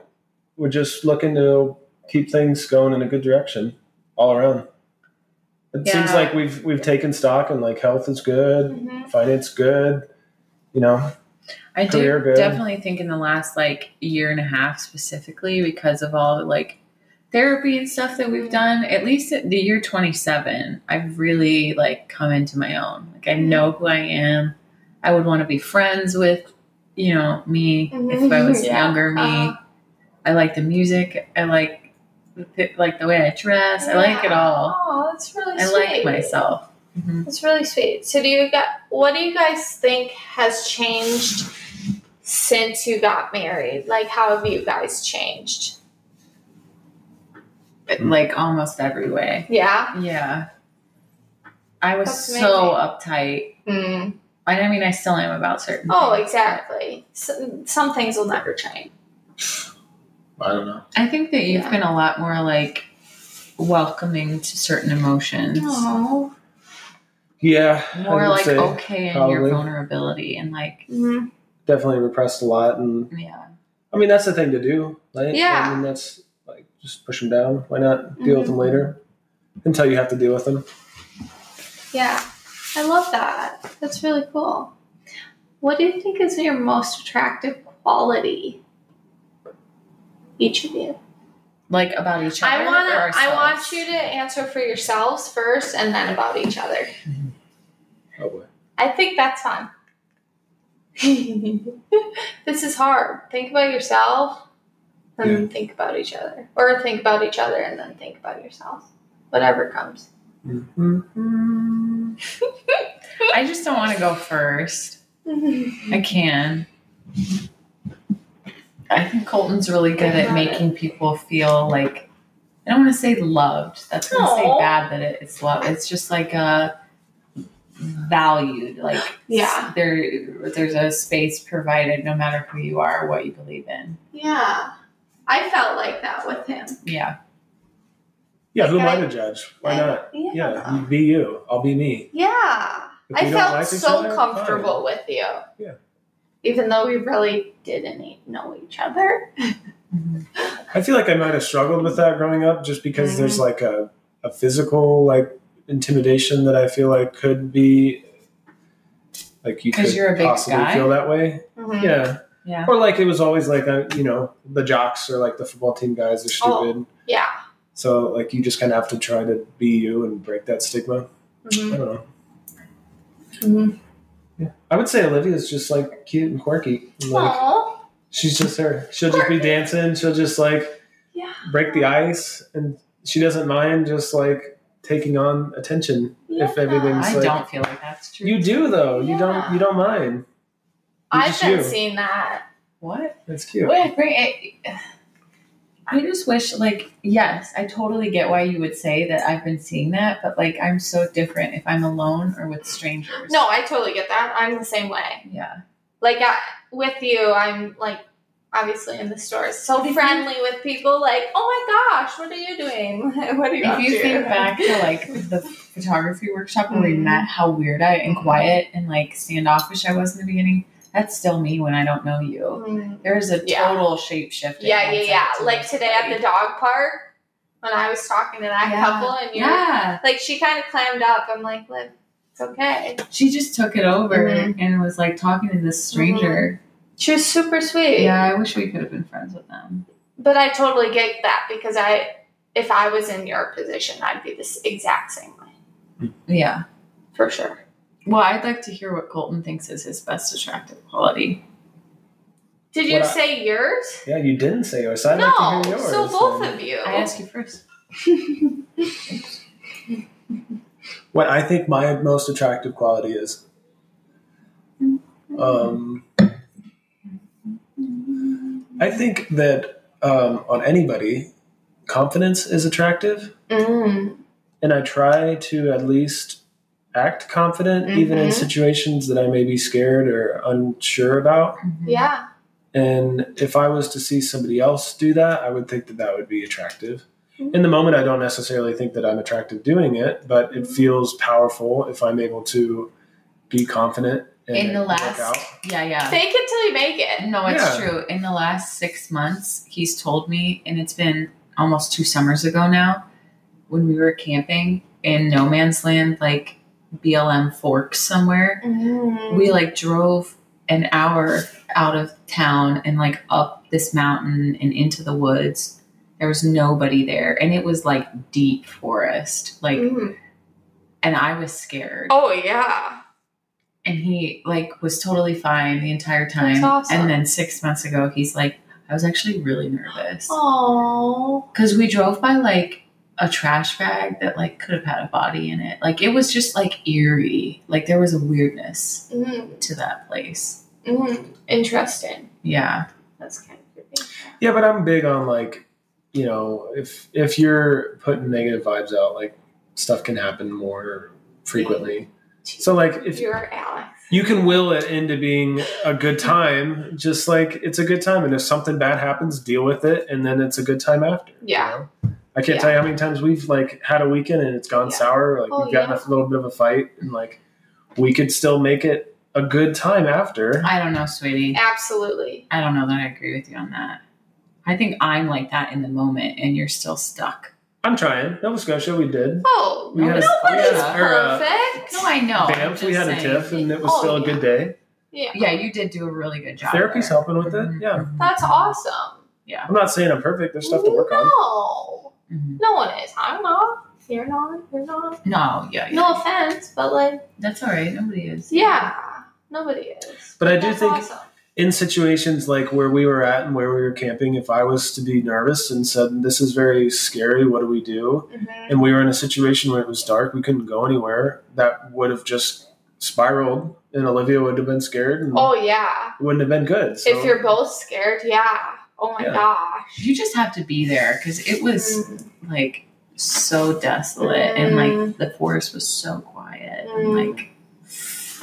S3: We're just looking to keep things going in a good direction all around. It seems
S4: Yeah.
S3: like we've we've taken stock and like health is good,
S2: Mhm.
S3: finance good, you know.
S4: I
S3: Career
S4: do
S3: good.
S4: definitely think in the last like year and a half specifically because of all the like therapy and stuff that we've
S2: Mhm.
S4: done, at least at the year 27, I've really like come into my own. Like I know who I am. I would want to be friends with, you know, me if I
S2: Mhm.
S4: was
S2: Yeah.
S4: younger me.
S2: Uh-huh.
S4: I like the music. I like the, like the way I dress. I like it all.
S2: Oh, that's really
S4: I
S2: sweet.
S4: like myself.
S2: That's really sweet. So, do you got what do you guys think has changed since you got married? Like, how have you guys changed?
S4: But, like almost every way.
S2: Yeah.
S4: Yeah. I was
S2: That's
S4: so uptight.
S2: Mm.
S4: I I mean, I still am about certain.
S2: Oh,
S4: things,
S2: exactly. Some, some things will never change.
S3: I don't know.
S4: but I think that you've
S2: Yeah.
S4: been a lot more like welcoming to certain emotions,
S2: Oh.
S3: Yeah. I
S4: more
S3: would
S4: like
S3: say
S4: okay in your
S3: probably.
S4: vulnerability and like
S3: definitely repressed a lot and
S4: yeah.
S3: I mean that's the thing to do. Like
S2: Yeah. Mm-hmm.
S3: I mean that's like just push them down. Why not deal with them later? Until you have to deal with them.
S2: Yeah. I love that. That's really cool. What do you think is your most attractive quality? Each of you.
S4: Like about each other.
S2: I
S4: or
S2: want I want
S4: ourselves?
S2: you to answer for yourselves first and then about each other.
S3: Oh boy.
S2: I think that's fun. this is hard. Think about yourself and then think about each other. Or think about each other and then think about yourself. Whatever comes.
S4: Mm. I just don't want to go first. I can. I think Colton's really good at making people feel like I don't want to say loved. That's gonna
S2: Aw.
S4: say bad that it, it's love. It's just like a valued. Like
S2: Yeah.
S4: there there's a space provided no matter who you are or what you believe in.
S2: Yeah. I felt like that with him.
S4: Yeah.
S3: Yeah, who am I
S2: Okay.
S3: to judge? Why not?
S2: Yeah.
S3: Yeah, you be you. I'll be me.
S2: Yeah.
S3: If we
S2: I
S3: don't
S2: felt
S3: like each
S2: so
S3: other,
S2: comfortable with you.
S3: Yeah.
S2: Even though we really didn't e- know each other.
S3: fine. I feel like I might have struggled with that growing up just because there's
S2: Mm-hmm.
S3: like a, a physical like intimidation that I feel like could be like you
S4: 'Cause
S3: could
S4: you're a big
S3: possibly
S4: guy?
S3: feel that way.
S4: Mm-hmm.
S2: Mhm.
S3: Yeah.
S4: Yeah.
S3: Or like it was always like a, you know, the jocks or like the football team guys are
S2: Oh.
S3: stupid.
S2: Yeah.
S3: So like you just kinda have to try to be you and break that stigma. I
S2: Mhm.
S4: Mm-hmm.
S3: don't know. Mm-hmm. I would say Olivia's just like cute and quirky. and, Like
S2: Aw.
S3: She's just her. She'll just be dancing. She'll just like
S2: Yeah.
S3: break the ice, and she doesn't mind just like taking on attention. If everything's- It's
S4: I
S3: like-
S4: don't feel like that's true.
S3: You do though. You don't.
S2: Yeah.
S3: You don't mind. You're
S2: I've
S3: just
S2: been
S3: you.
S2: seeing that.
S4: what?
S3: That's cute.
S4: Wait, bring it. I just wish, like, yes, I totally get why you would say that I've been seeing that, but like, I'm so different if I'm alone or with strangers.
S2: No, I totally get that. I'm the same way.
S4: Yeah.
S2: Like I, with you, I'm like obviously in the stores, so friendly with people. Like, oh my gosh, what are you doing? what are you? up
S4: If you
S2: to?
S4: think back to like the photography workshop where we
S2: Mhm.
S4: met, how weird I and quiet and like standoffish I was in the beginning, that's still me when I don't know you.
S2: Mm.
S4: There's a
S2: Yeah.
S4: total shape shift.
S2: yeah, yeah, yeah. Like today at the dog park, when I was talking to that
S4: Yeah.
S2: couple, and you're
S4: Yeah,
S2: like, she kind of clammed up. I'm like, Liv, it's okay.
S4: she just took it over
S2: Mhm.
S4: and was like talking to this stranger.
S2: She was super sweet.
S4: Yeah, I wish we could have been friends with them.
S2: But I totally get that because I, if I was in your position, I'd be this exact same way
S4: Yeah.
S2: for sure.
S4: Well, I'd like to hear what Colton thinks is his best attractive quality.
S2: Did you
S3: What I-
S2: say yours?
S3: Yeah, you didn't say yours. I'd
S2: no.
S3: like to hear yours.
S2: so both
S3: then.
S2: of you.
S4: I asked you first.
S3: What I think my most attractive quality is. Um, I think that um, on anybody, confidence is attractive,
S2: Mm.
S3: and I try to at least act confident, even in
S2: Mhm.
S3: situations that I may be scared or unsure about.
S4: Mm-hmm.
S2: Yeah.
S3: And if I was to see somebody else do that, I would think that that would be attractive. In the moment, I don't necessarily think that I'm attractive doing it, but
S4: Mm-hmm.
S3: it feels powerful if I'm able to be confident and
S4: In the
S3: work
S4: last,
S3: out.
S4: yeah, yeah.
S2: Fake it till you make it.
S4: No, it's
S3: Yeah.
S4: true. In the last six months, he's told me, and it's been almost two summers ago now, when we were camping in no man's land, like BLM Forks somewhere. we
S2: Mm-hmm.
S4: like drove an hour out of town and like up this mountain and into the woods there was nobody there and it was like deep forest like
S2: Mm.
S4: and i was scared
S2: Oh yeah.
S4: and he like was totally fine the entire time
S2: That's awesome.
S4: and then six months ago he's like i was actually really nervous
S2: Oh.
S4: because we drove by like a trash bag that like could have had a body in it like it was just like eerie like there was a weirdness
S2: Mm.
S4: to that place Mm-hmm.
S2: Mm. Interesting.
S4: yeah
S2: That's kind of creepy.
S3: Yeah, but I'm big on like, you know, if if you're putting negative vibes out, like stuff can happen more frequently. So like, if
S2: You're Alex.
S3: you can will it into being a good time, just like it's a good time, and if something bad happens, deal with it, and then it's a good time after. you
S2: Yeah.
S3: know? I can't
S2: Yeah.
S3: tell you how many times we've like had a weekend and it's gone
S2: Yeah.
S3: sour. Like
S2: Oh,
S3: we've gotten
S2: yeah.
S3: a little bit of a fight, and like we could still make it a good time after.
S4: I don't know, sweetie.
S2: Absolutely.
S4: I don't know that I agree with you on that. I think I'm like that in the moment, and you're still stuck.
S3: I'm trying. Nova Scotia, we did.
S2: Oh.
S3: We had
S4: Nova
S3: a, we had a- or, uh,
S2: Perfect.
S4: No, I know. I'm
S3: Banff, we
S4: just
S3: had a
S4: saying.
S3: tiff, and it was
S2: Oh,
S3: still a
S2: yeah.
S3: good day.
S2: Yeah.
S4: Yeah, you did do a really good job.
S3: Therapy's
S4: there.
S3: helping with it.
S2: Mm-hmm.
S4: Mhm,
S3: Yeah,
S4: mhm,
S2: That's awesome.
S3: I'm not saying I'm perfect. There's stuff to work on.
S2: No.
S4: mhm.
S2: No one is. I'm not. You're not. You're not.
S4: No, yeah, yeah.
S2: No offense, but like,
S4: That's all right. Nobody is.
S2: yeah, nobody is.
S3: But I do
S2: That's
S3: think
S2: awesome.
S3: in situations like where we were at and where we were camping, if I was to be nervous and said, "This is very scary. What do we do?"
S2: Mhm.
S3: and we were in a situation where it was dark, we couldn't go anywhere, that would have just spiraled and Olivia would have been scared and
S2: Oh yeah.
S3: it wouldn't have been good. So
S2: if you're both scared, yeah. Oh my
S3: Yeah.
S2: gosh.
S4: You just have to be there because it was
S2: Mm.
S4: like so desolate, and like the forest was so quiet and
S2: Mm.
S4: like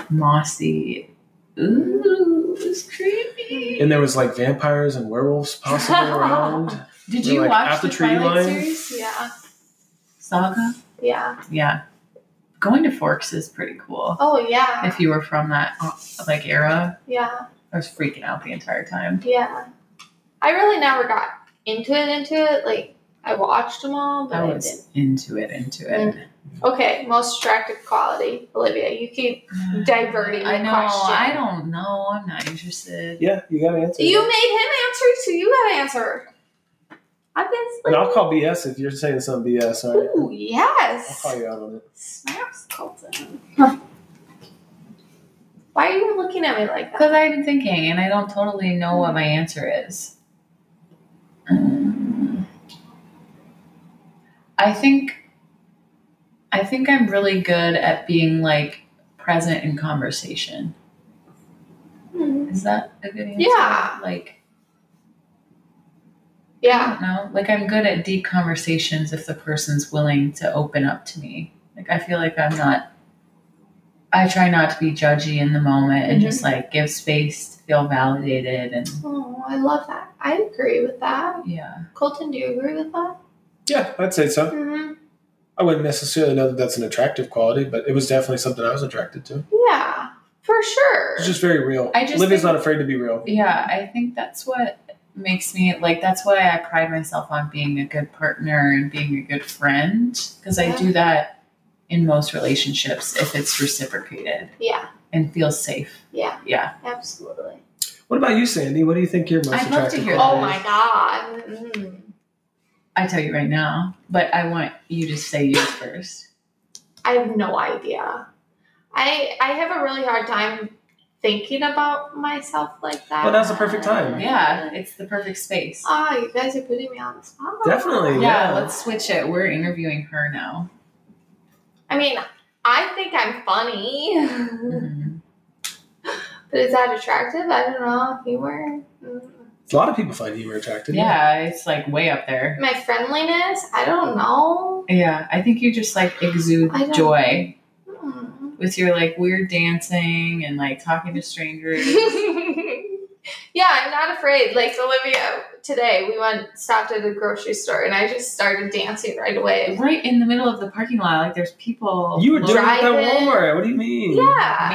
S4: mossy. Ooh, it was creepy.
S3: and there was like vampires and werewolves possibly around.
S4: Did
S3: We're
S4: you
S3: like
S4: watch
S3: at
S4: the
S3: the tree
S4: Twilight
S3: line.
S4: series?
S2: Yeah.
S4: Saga?
S2: Yeah.
S4: Yeah. Going to Forks is pretty cool.
S2: Oh yeah.
S4: If you were from that uh, like era,
S2: Yeah.
S4: I was freaking out the entire time.
S2: Yeah. I really never got into it. Into it. Like I watched them all, but
S4: I
S2: I, Mm.
S4: was into it, into it.
S2: didn't. Okay. Most attractive quality, Olivia. You keep diverting the
S4: I know.
S2: question.
S4: I don't know. I'm not interested.
S3: Yeah, you gotta answer.
S2: You
S3: that.
S2: made him answer, so you gotta answer. I've been
S3: and
S2: sleeping.
S3: I'll call BS if you're saying some BS, all right?
S2: Ooh,
S3: I'll
S2: yes.
S3: call you out on it.
S2: Snaps, Colton. Why are you looking at me like that?
S4: Because I'm thinking, and I don't totally know what my answer is. Um, I think, I think I'm really good at being like present in conversation.
S2: Hmm.
S4: Is that a good answer?
S2: Yeah.
S4: Like,
S2: Yeah.
S4: No, like I'm good at deep conversations if the person's willing to open up to me. Like I feel like I'm not. I try not to be judgy in the moment and
S2: Mhm.
S4: just like give space to feel validated and
S2: Oh, I love that. I agree with that.
S4: yeah.
S2: Colton, do you agree with that?
S3: Yeah, I'd say so.
S2: Mm-hmm.
S3: I wouldn't necessarily know that that's an attractive quality, but it was definitely something I was attracted to.
S2: Yeah, for sure.
S3: It's just very real.
S4: I just
S3: Livia's
S4: think-
S3: not afraid to be real.
S4: Yeah, I think that's what makes me like that's why I pride myself on being a good partner and being a good friend because I
S2: Yeah.
S4: do that in most relationships if it's reciprocated
S2: yeah,
S4: and feels safe.
S2: yeah,
S4: Yeah.
S2: absolutely.
S3: What about you, Sandy? What do you think your most
S4: I'd love to
S3: attractive
S4: hear
S2: Oh
S3: quality
S2: my
S3: is?
S2: god. Mm.
S4: I tell you right now, but I want you to say yours first.
S2: I have no idea. I I have a really hard time thinking about myself like that.
S3: Well, Oh, now's the perfect time.
S4: Yeah, it's the perfect space.
S2: Ah, you guys are putting me on the spot.
S3: Definitely. Oh,
S4: Yeah,
S3: Yeah.
S4: let's switch it. We're interviewing her now.
S2: I mean, I think I'm funny,
S3: Mm-hmm.
S4: Mhm.
S2: but is that attractive? I don't know. Humor. Mm.
S3: A lot of people find humor attractive.
S4: Yeah, it's like way up there.
S2: My friendliness. I don't know.
S4: Yeah, I think you just like exude
S2: I don't-
S4: joy
S2: Mm.
S4: with your like weird dancing and like talking to strangers.
S2: yeah, I'm not afraid. Like Olivia uh, today, we went stopped at a grocery store, and I just started dancing right away.
S4: right in the middle of the parking lot, like there's people.
S3: You were
S4: looking
S3: doing it at
S2: Driving.
S3: Walmart. What do you mean?
S4: at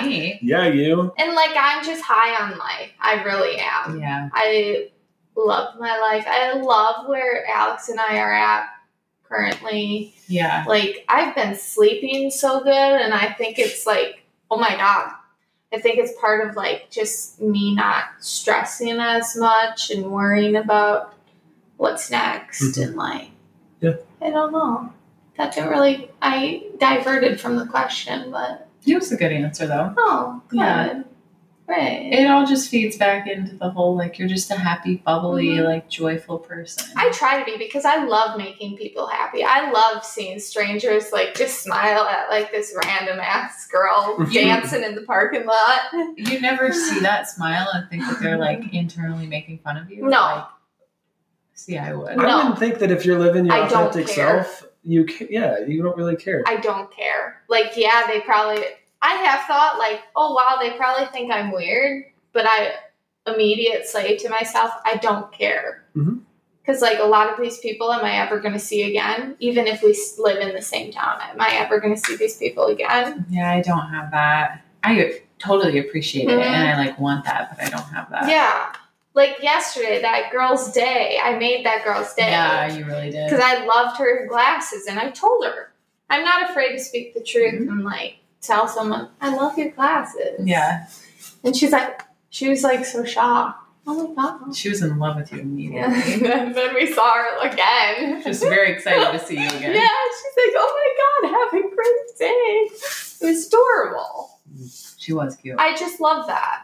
S2: Yeah.
S4: me.
S3: Yeah, you.
S2: And like I'm just high on life. I really am.
S4: Yeah,
S2: I love my life. I love where Alex and I are at currently.
S4: yeah.
S2: Like I've been sleeping so good and I think it's like oh my god. I think it's part of like just me not stressing as much and worrying about what's next
S3: Mhm.
S2: and like
S3: Yeah.
S2: I don't know. That didn't really I diverted from the question, but
S4: It was a good answer though.
S2: oh good.
S4: Yeah.
S2: Right.
S4: It all just feeds back into the whole like you're just a happy, bubbly,
S3: Mm-hmm.
S2: Mhm.
S4: like joyful person.
S2: I try to be because I love making people happy. I love seeing strangers like just smile at like this random ass girl dancing in the parking lot.
S4: You never see that smile and think that they're like internally making fun of you.
S2: No.
S4: Like, see, I would.
S2: No.
S3: I wouldn't think that if you're living your
S2: I don't
S3: authentic
S2: care.
S3: self, you ca- yeah, you don't really care.
S2: I don't care. Like, yeah, they probably, I have thought like, oh wow, they probably think I'm weird, but I immediate say to myself, I don't care.
S3: Mhm.
S2: Because like a lot of these people, am I ever going to see again? Even if we s- live in the same town, am I ever going to see these people again?
S4: Yeah, I don't have that. I totally appreciate it,
S2: Mhm.
S4: and I like want that, but I don't have that.
S2: Yeah. Like yesterday, that girl's day, I made that girl's day.
S4: Yeah, you really
S2: because
S4: did.
S2: I loved her glasses and I told her I'm not afraid to speak the truth
S4: Mm-hmm.
S2: and like tell someone I love your glasses.
S4: Yeah,
S2: and she's like, she was like so shocked. Oh my god.
S4: she was in love with you immediately.
S2: and then we saw her again.
S4: Just very excited to see you
S2: yeah, she's
S4: again.
S2: like, oh my god, have a great day. It was adorable.
S4: She was cute.
S2: I just love that.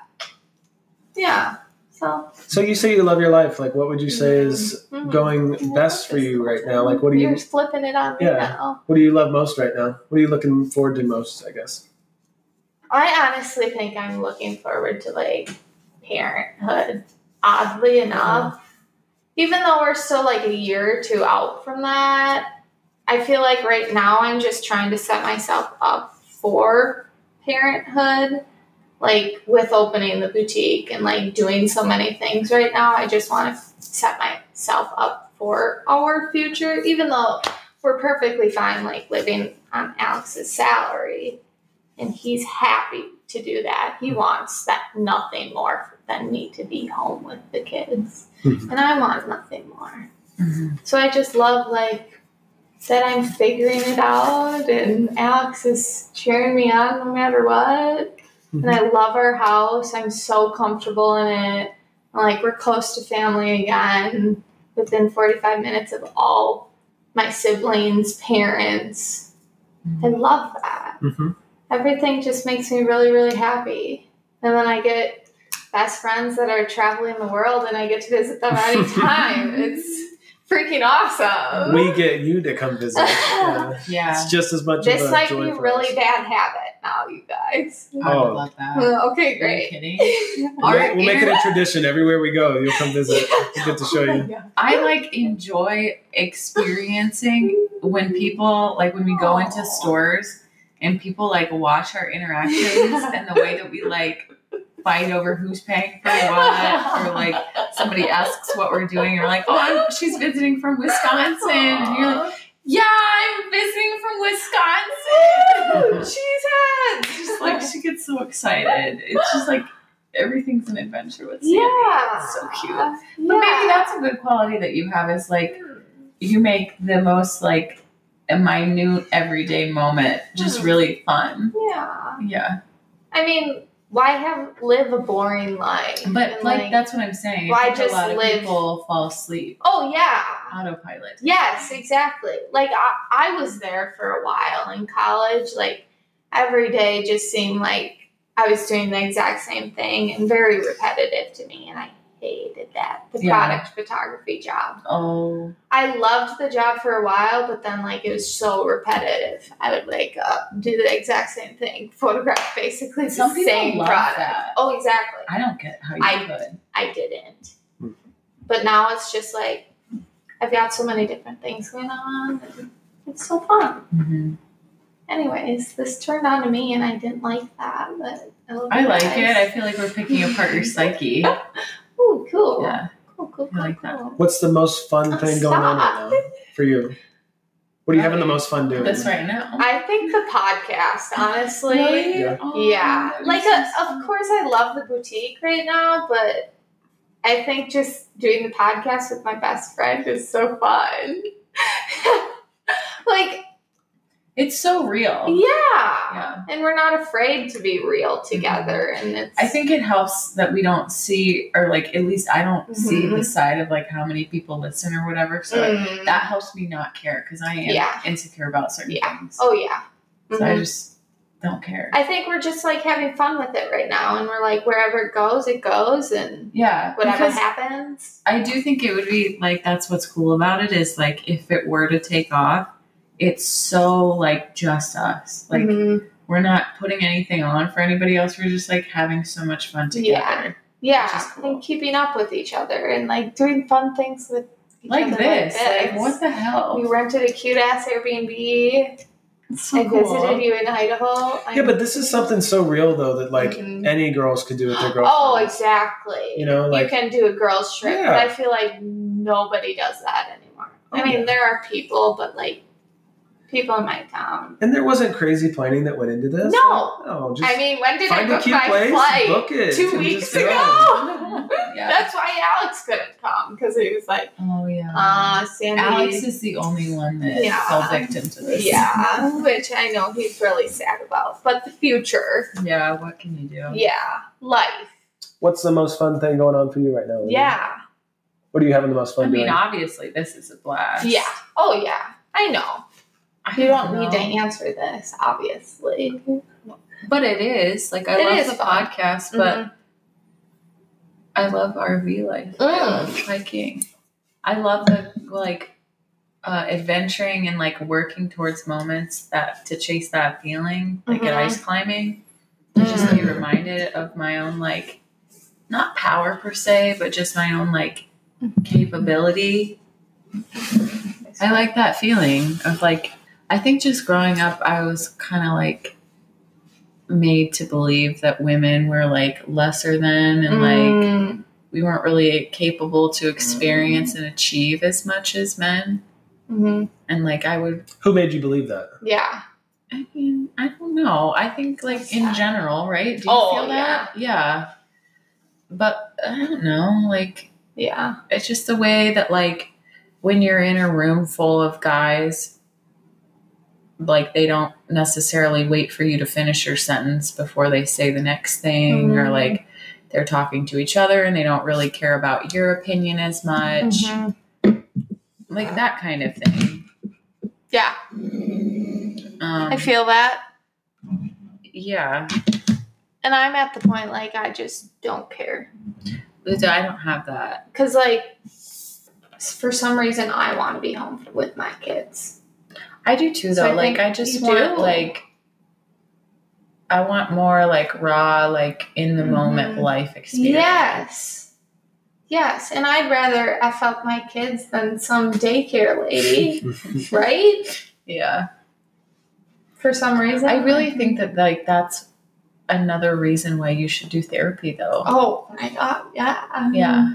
S2: Yeah. So
S3: So you say you love your life. Like, what would you say is
S2: mhm.
S3: going best for you right now? Like, what do you
S2: You're flipping it on
S3: Yeah.
S2: me now.
S3: what do you love most right now? What are you looking forward to most? I guess.
S2: I honestly think I'm looking forward to like parenthood, oddly enough. Even though we're still like a year or two out from that, I feel like right now I'm just trying to set myself up for parenthood. Like with opening the boutique and like doing so many things right now, I just want to set myself up for our future, even though we're perfectly fine like living on Alex's salary and he's happy to do that. He wants that nothing more than me to be home with the kids,
S3: Mhm.
S2: and I want nothing more.
S4: Mhm.
S2: So I just love like that I'm figuring it out, and Alex is cheering me on no matter what. And I love our house. I'm so comfortable in it. Like we're close to family again. Within 45 minutes of all my siblings' parents, I love that
S3: Mm-hmm.
S2: everything just makes me really, really happy. And then I get best friends that are traveling the world and I get to visit them anytime. it's freaking awesome.
S3: We get you to come visit. Yeah.
S4: Yeah.
S3: It's just as much.
S2: this
S3: of a
S2: might
S3: joy
S2: be a
S3: for
S2: really
S3: us.
S2: bad habit. now, you guys.
S4: I
S3: Oh.
S4: would love that. Are
S2: Well, okay,
S4: you
S2: great.
S4: kidding?
S2: All
S3: We'll,
S2: right,
S3: we'll make it
S2: Peter.
S3: a tradition everywhere we go. You'll come visit. We'll get to show you.
S4: I like enjoy experiencing when people like when we go into stores and people like watch our interactions and the way that we like fight over who's paying for what or like somebody asks what we're doing or like oh I'm, she's visiting from Wisconsin and you're like yeah I'm visiting from Wisconsin cheeseheads just like she gets so excited it's just like everything's an adventure with Sandy.
S2: yeah.
S4: It's so cute.
S2: Yeah.
S4: But maybe that's a good quality that you have is like you make the most like a minute everyday moment just
S2: Hmm.
S4: really fun.
S2: Yeah.
S4: Yeah.
S2: I mean, why have live a boring life?
S4: But
S2: And,
S4: like that's what I'm saying. I
S2: why
S4: think
S2: just
S4: a lot of
S2: live-
S4: people fall asleep.
S2: oh yeah.
S4: Autopilot.
S2: Yes, exactly. Like I, I was there for a while in college. Like every day just seemed like I was doing the exact same thing and very repetitive to me, and I hated that. The
S4: Yeah.
S2: product photography job.
S4: Oh
S2: I loved the job for a while, but then like it was so repetitive. I would wake up, do the exact same thing, photograph basically the
S4: Some people
S2: same
S4: love
S2: product.
S4: that.
S2: Oh, exactly.
S4: I don't get how you
S2: I-
S4: could.
S2: I didn't.
S3: Hmm.
S2: But now it's just like I've got so many different things going on. and It's so fun.
S4: Mhm.
S2: Anyways, this turned on to me, and I didn't like that, but I, love
S4: I
S2: you
S4: like it. I
S2: guys.
S4: feel like we're picking apart your psyche.
S2: Ooh, cool.
S4: Yeah.
S2: cool, cool,
S4: I
S2: cool,
S4: like that.
S2: cool.
S3: What's the most fun
S2: Oh,
S3: thing going on right now for you? What are you having the most fun doing?
S4: This right now.
S2: I think the podcast, honestly.
S3: Yeah.
S2: Yeah,
S4: Oh,
S2: like
S4: this is
S2: uh, of
S4: so-
S2: course I love the boutique right now, but I think just doing the podcast with my best friend is so fun. like,
S4: It's so real.
S2: yeah.
S4: Oh. Yeah.
S2: and we're not afraid to be real together, and it's
S4: Mm-hmm. I think it helps that we don't see, or like at least I don't see
S2: Mhm.
S4: the side of like how many people listen or whatever. So like,
S2: Mm,
S4: that helps me not care because I am
S2: Yeah.
S4: insecure about certain
S2: Yeah.
S4: things.
S2: Oh yeah.
S4: So I
S2: Mhm.
S4: just don't care.
S2: I think we're just like having fun with it right now, and we're like wherever it goes, it goes, and
S4: yeah,
S2: whatever
S4: because
S2: happens.
S4: I do think it would be like that's what's cool about it is like if it were to take off, it's so like just us. Like
S2: Mhm.
S4: we're not putting anything on for anybody else. We're just like having so much fun
S2: Yeah.
S4: together.
S2: yeah,
S4: which is cool.
S2: and keeping up with each other, and like doing fun things with each
S4: Like
S2: other
S4: this,
S2: Like
S4: like what the hell?
S2: We rented a cute ass Airbnb.
S4: It's so
S2: I
S4: cool.
S2: visited you in Idaho.
S3: Yeah, but this is something so real though that like
S2: Mhm.
S3: any girls could do with their girlfriend.
S2: Oh, exactly.
S3: You know, like
S2: you can do a girls trip,
S3: Yeah.
S2: but I feel like nobody does that anymore. I
S3: Oh,
S2: mean,
S3: yeah.
S2: there are people, but like people in my town.
S3: and there wasn't crazy planning that went into this.
S2: No.
S3: No, just
S2: I mean, when did I
S3: find a
S2: book
S3: cute
S2: my
S3: place,
S2: flight?
S3: book it.
S2: Two
S3: and
S2: weeks
S3: just go.
S2: ago.
S4: yeah.
S2: That's why Alex couldn't come because he was like,
S4: Oh yeah.
S2: "Ah, Sandy."
S4: Alex is the only one that
S2: Yeah.
S4: fell victim to this.
S2: yeah, which I know he's really sad about. But the future,
S4: Yeah. What can you do?
S2: yeah, life,
S3: What's the most fun thing going on for you right now? Olivia?
S2: yeah.
S3: What are you having the most fun
S4: I mean,
S3: doing?
S4: obviously, this is a blast.
S2: Yeah. Oh, yeah. I know.
S4: I
S2: You don't need to
S4: know.
S2: answer this, obviously.
S4: But it is like I
S2: It
S4: love
S2: is
S4: the
S2: fun. Mm-hmm.
S4: podcast, but I love RV life. I
S2: Mm.
S4: love hiking. I love the like uh, adventuring and like working towards moments that to chase that feeling, like at
S2: Mhm.
S4: ice climbing. To Just be reminded of my own like not power per se, but just my own like capability. I like that feeling of like I think just growing up I was kind of like made to believe that women were like lesser than and like
S2: Mm.
S4: we weren't really capable to experience and achieve as much as men.
S2: Mhm.
S4: And like I would,
S3: Who made you believe that?
S2: Yeah.
S4: I mean, I don't know. I think like in
S2: Yeah.
S4: general, right? Do you
S2: Oh,
S4: feel that? Yeah. But I don't know. Like
S2: Yeah.
S4: it's just the way that like when you're in a room full of guys, like they don't necessarily wait for you to finish your sentence before they say the next thing, or
S2: Mm.
S4: like they're talking to each other and they don't really care about your opinion as much.
S2: Mhm.
S4: like that kind of thing.
S2: Yeah.
S4: Um,
S2: I feel that.
S4: yeah,
S2: And I'm at the point, like, I just don't care.
S4: Lita, I don't have that.
S2: Because, like, for some reason, I want to be home with my kids.
S4: I do too,
S2: So
S4: though.
S2: I
S4: like,
S2: think
S4: I just
S2: you
S4: want
S2: do.
S4: like I want more like raw, like in the moment
S2: Mhm.
S4: life experience.
S2: Yes. Yes, and I'd rather F up my kids than some daycare lady, right?
S4: Yeah.
S2: For some reason.
S4: I really think that like that's another reason why you should do therapy though.
S2: Oh my god, yeah. I mean,
S4: Yeah.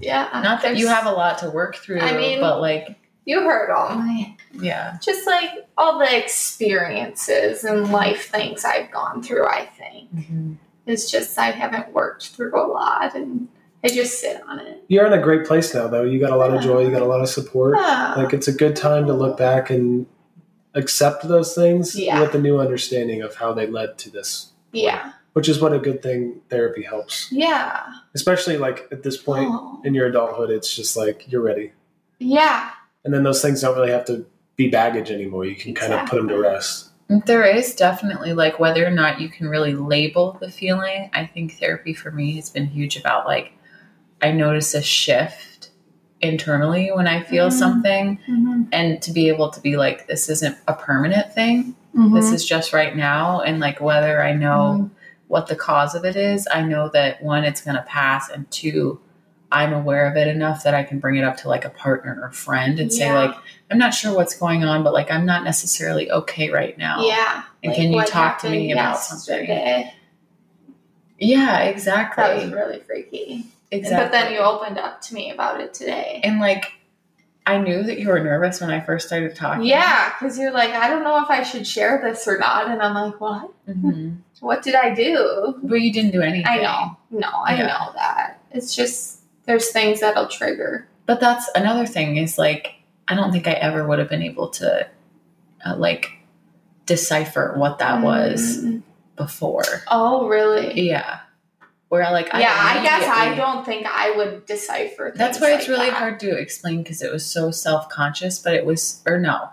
S2: Yeah.
S4: Not that you
S2: there's-
S4: have a lot to work through,
S2: I mean-
S4: but like
S2: You heard all my
S4: yeah.
S2: just like all the experiences and life things I've gone through, I think. It's just I haven't worked through a lot and I just sit on it.
S3: You're in a great place now, though. You got a lot of joy. You got a lot of support.
S2: Ah.
S3: Like it's a good time to look back and accept those things
S2: Yeah.
S3: with a new understanding of how they led to this,
S2: yeah.
S3: which is what a good thing therapy helps.
S2: Yeah.
S3: Especially like at this point
S2: Oh.
S3: in your adulthood, it's just like you're ready,
S2: Yeah.
S3: and then those things don't really have to be baggage anymore. You can kind of put them to rest.
S4: There is definitely like whether or not you can really label the feeling. I think therapy for me has been huge about like I notice a shift internally when I feel
S2: Mm.
S4: something
S2: Mm-hmm.
S4: and to be able to be like this isn't a permanent thing.
S2: Mm-hmm.
S4: This is just right now and like whether I know what the cause of it is, I know that one it's going to pass and two I'm aware of it enough that I can bring it up to like a partner or friend and say
S2: Yeah.
S4: like I'm not sure what's going on but like I'm not necessarily okay right now.
S2: Yeah.
S4: And
S2: Like,
S4: can you
S2: what
S4: talk to
S2: happened
S4: me about something?
S2: yesterday?
S4: Yeah,
S2: That was
S4: exactly.
S2: really freaky.
S4: Exactly.
S2: But then you opened up to me about it today.
S4: and like I knew that you were nervous when I first started talking.
S2: Yeah, because you're like, I don't know if I should share this or not. And I'm like, what?
S4: hmm
S2: What did I do?
S4: But you didn't do anything.
S2: I know. No, I
S4: Yeah.
S2: know that. It's just, there's things that'll trigger.
S4: But that's another thing is like I don't think I ever would have been able to uh, like decipher what that was
S2: Mm.
S4: before.
S2: Oh, really?
S4: Yeah. Where like
S2: yeah, I guess I
S4: immediately-
S2: don't think I would decipher
S4: That's
S2: things
S4: why it's
S2: like
S4: really
S2: that.
S4: hard to explain because it was so self-conscious, but it was or no,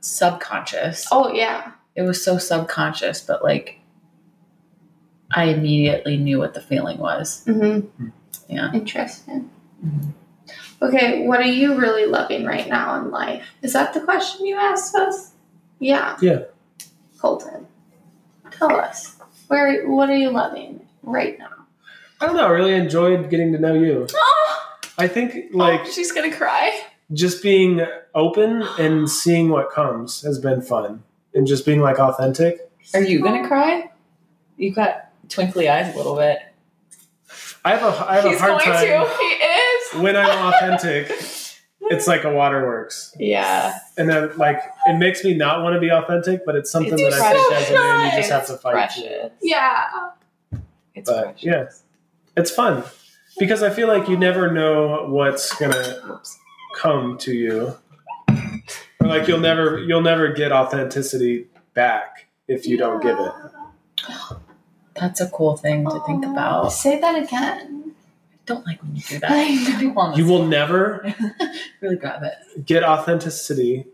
S4: subconscious.
S2: Oh, yeah.
S4: it was so subconscious, but like I immediately knew what the feeling was.
S2: Mm-hmm.
S4: Yeah.
S2: Interesting. Mm-hmm. Okay, what are you really loving right now in life? Is that the question you asked us? Yeah.
S3: Yeah.
S2: Colton, tell us. Where? What are you loving right now?
S3: I don't know. I really enjoyed getting to know you.
S2: Oh,
S3: I think like
S2: she's gonna cry.
S3: just being open and seeing what comes has been fun, and just being like authentic.
S4: Are you gonna cry? You got twinkly eyes a little bit.
S3: I have a I have a hard time
S2: He is.
S3: when I'm authentic. it's like a waterworks,
S4: Yeah.
S3: and then like it makes me not want to be authentic, but it's something that I think
S2: so
S3: as a man you just
S2: nice.
S3: have to fight. through.
S2: Yeah.
S4: It's
S3: But yeah, it's fun because I feel like you never know what's gonna come to you, or like you'll never you'll never get authenticity back if you don't give it.
S4: That's a cool thing to think
S2: Oh,
S4: about.
S2: Say that again.
S4: I don't like when you do that.
S2: I know.
S4: People on the
S3: You will never
S4: really grab it.
S3: get authenticity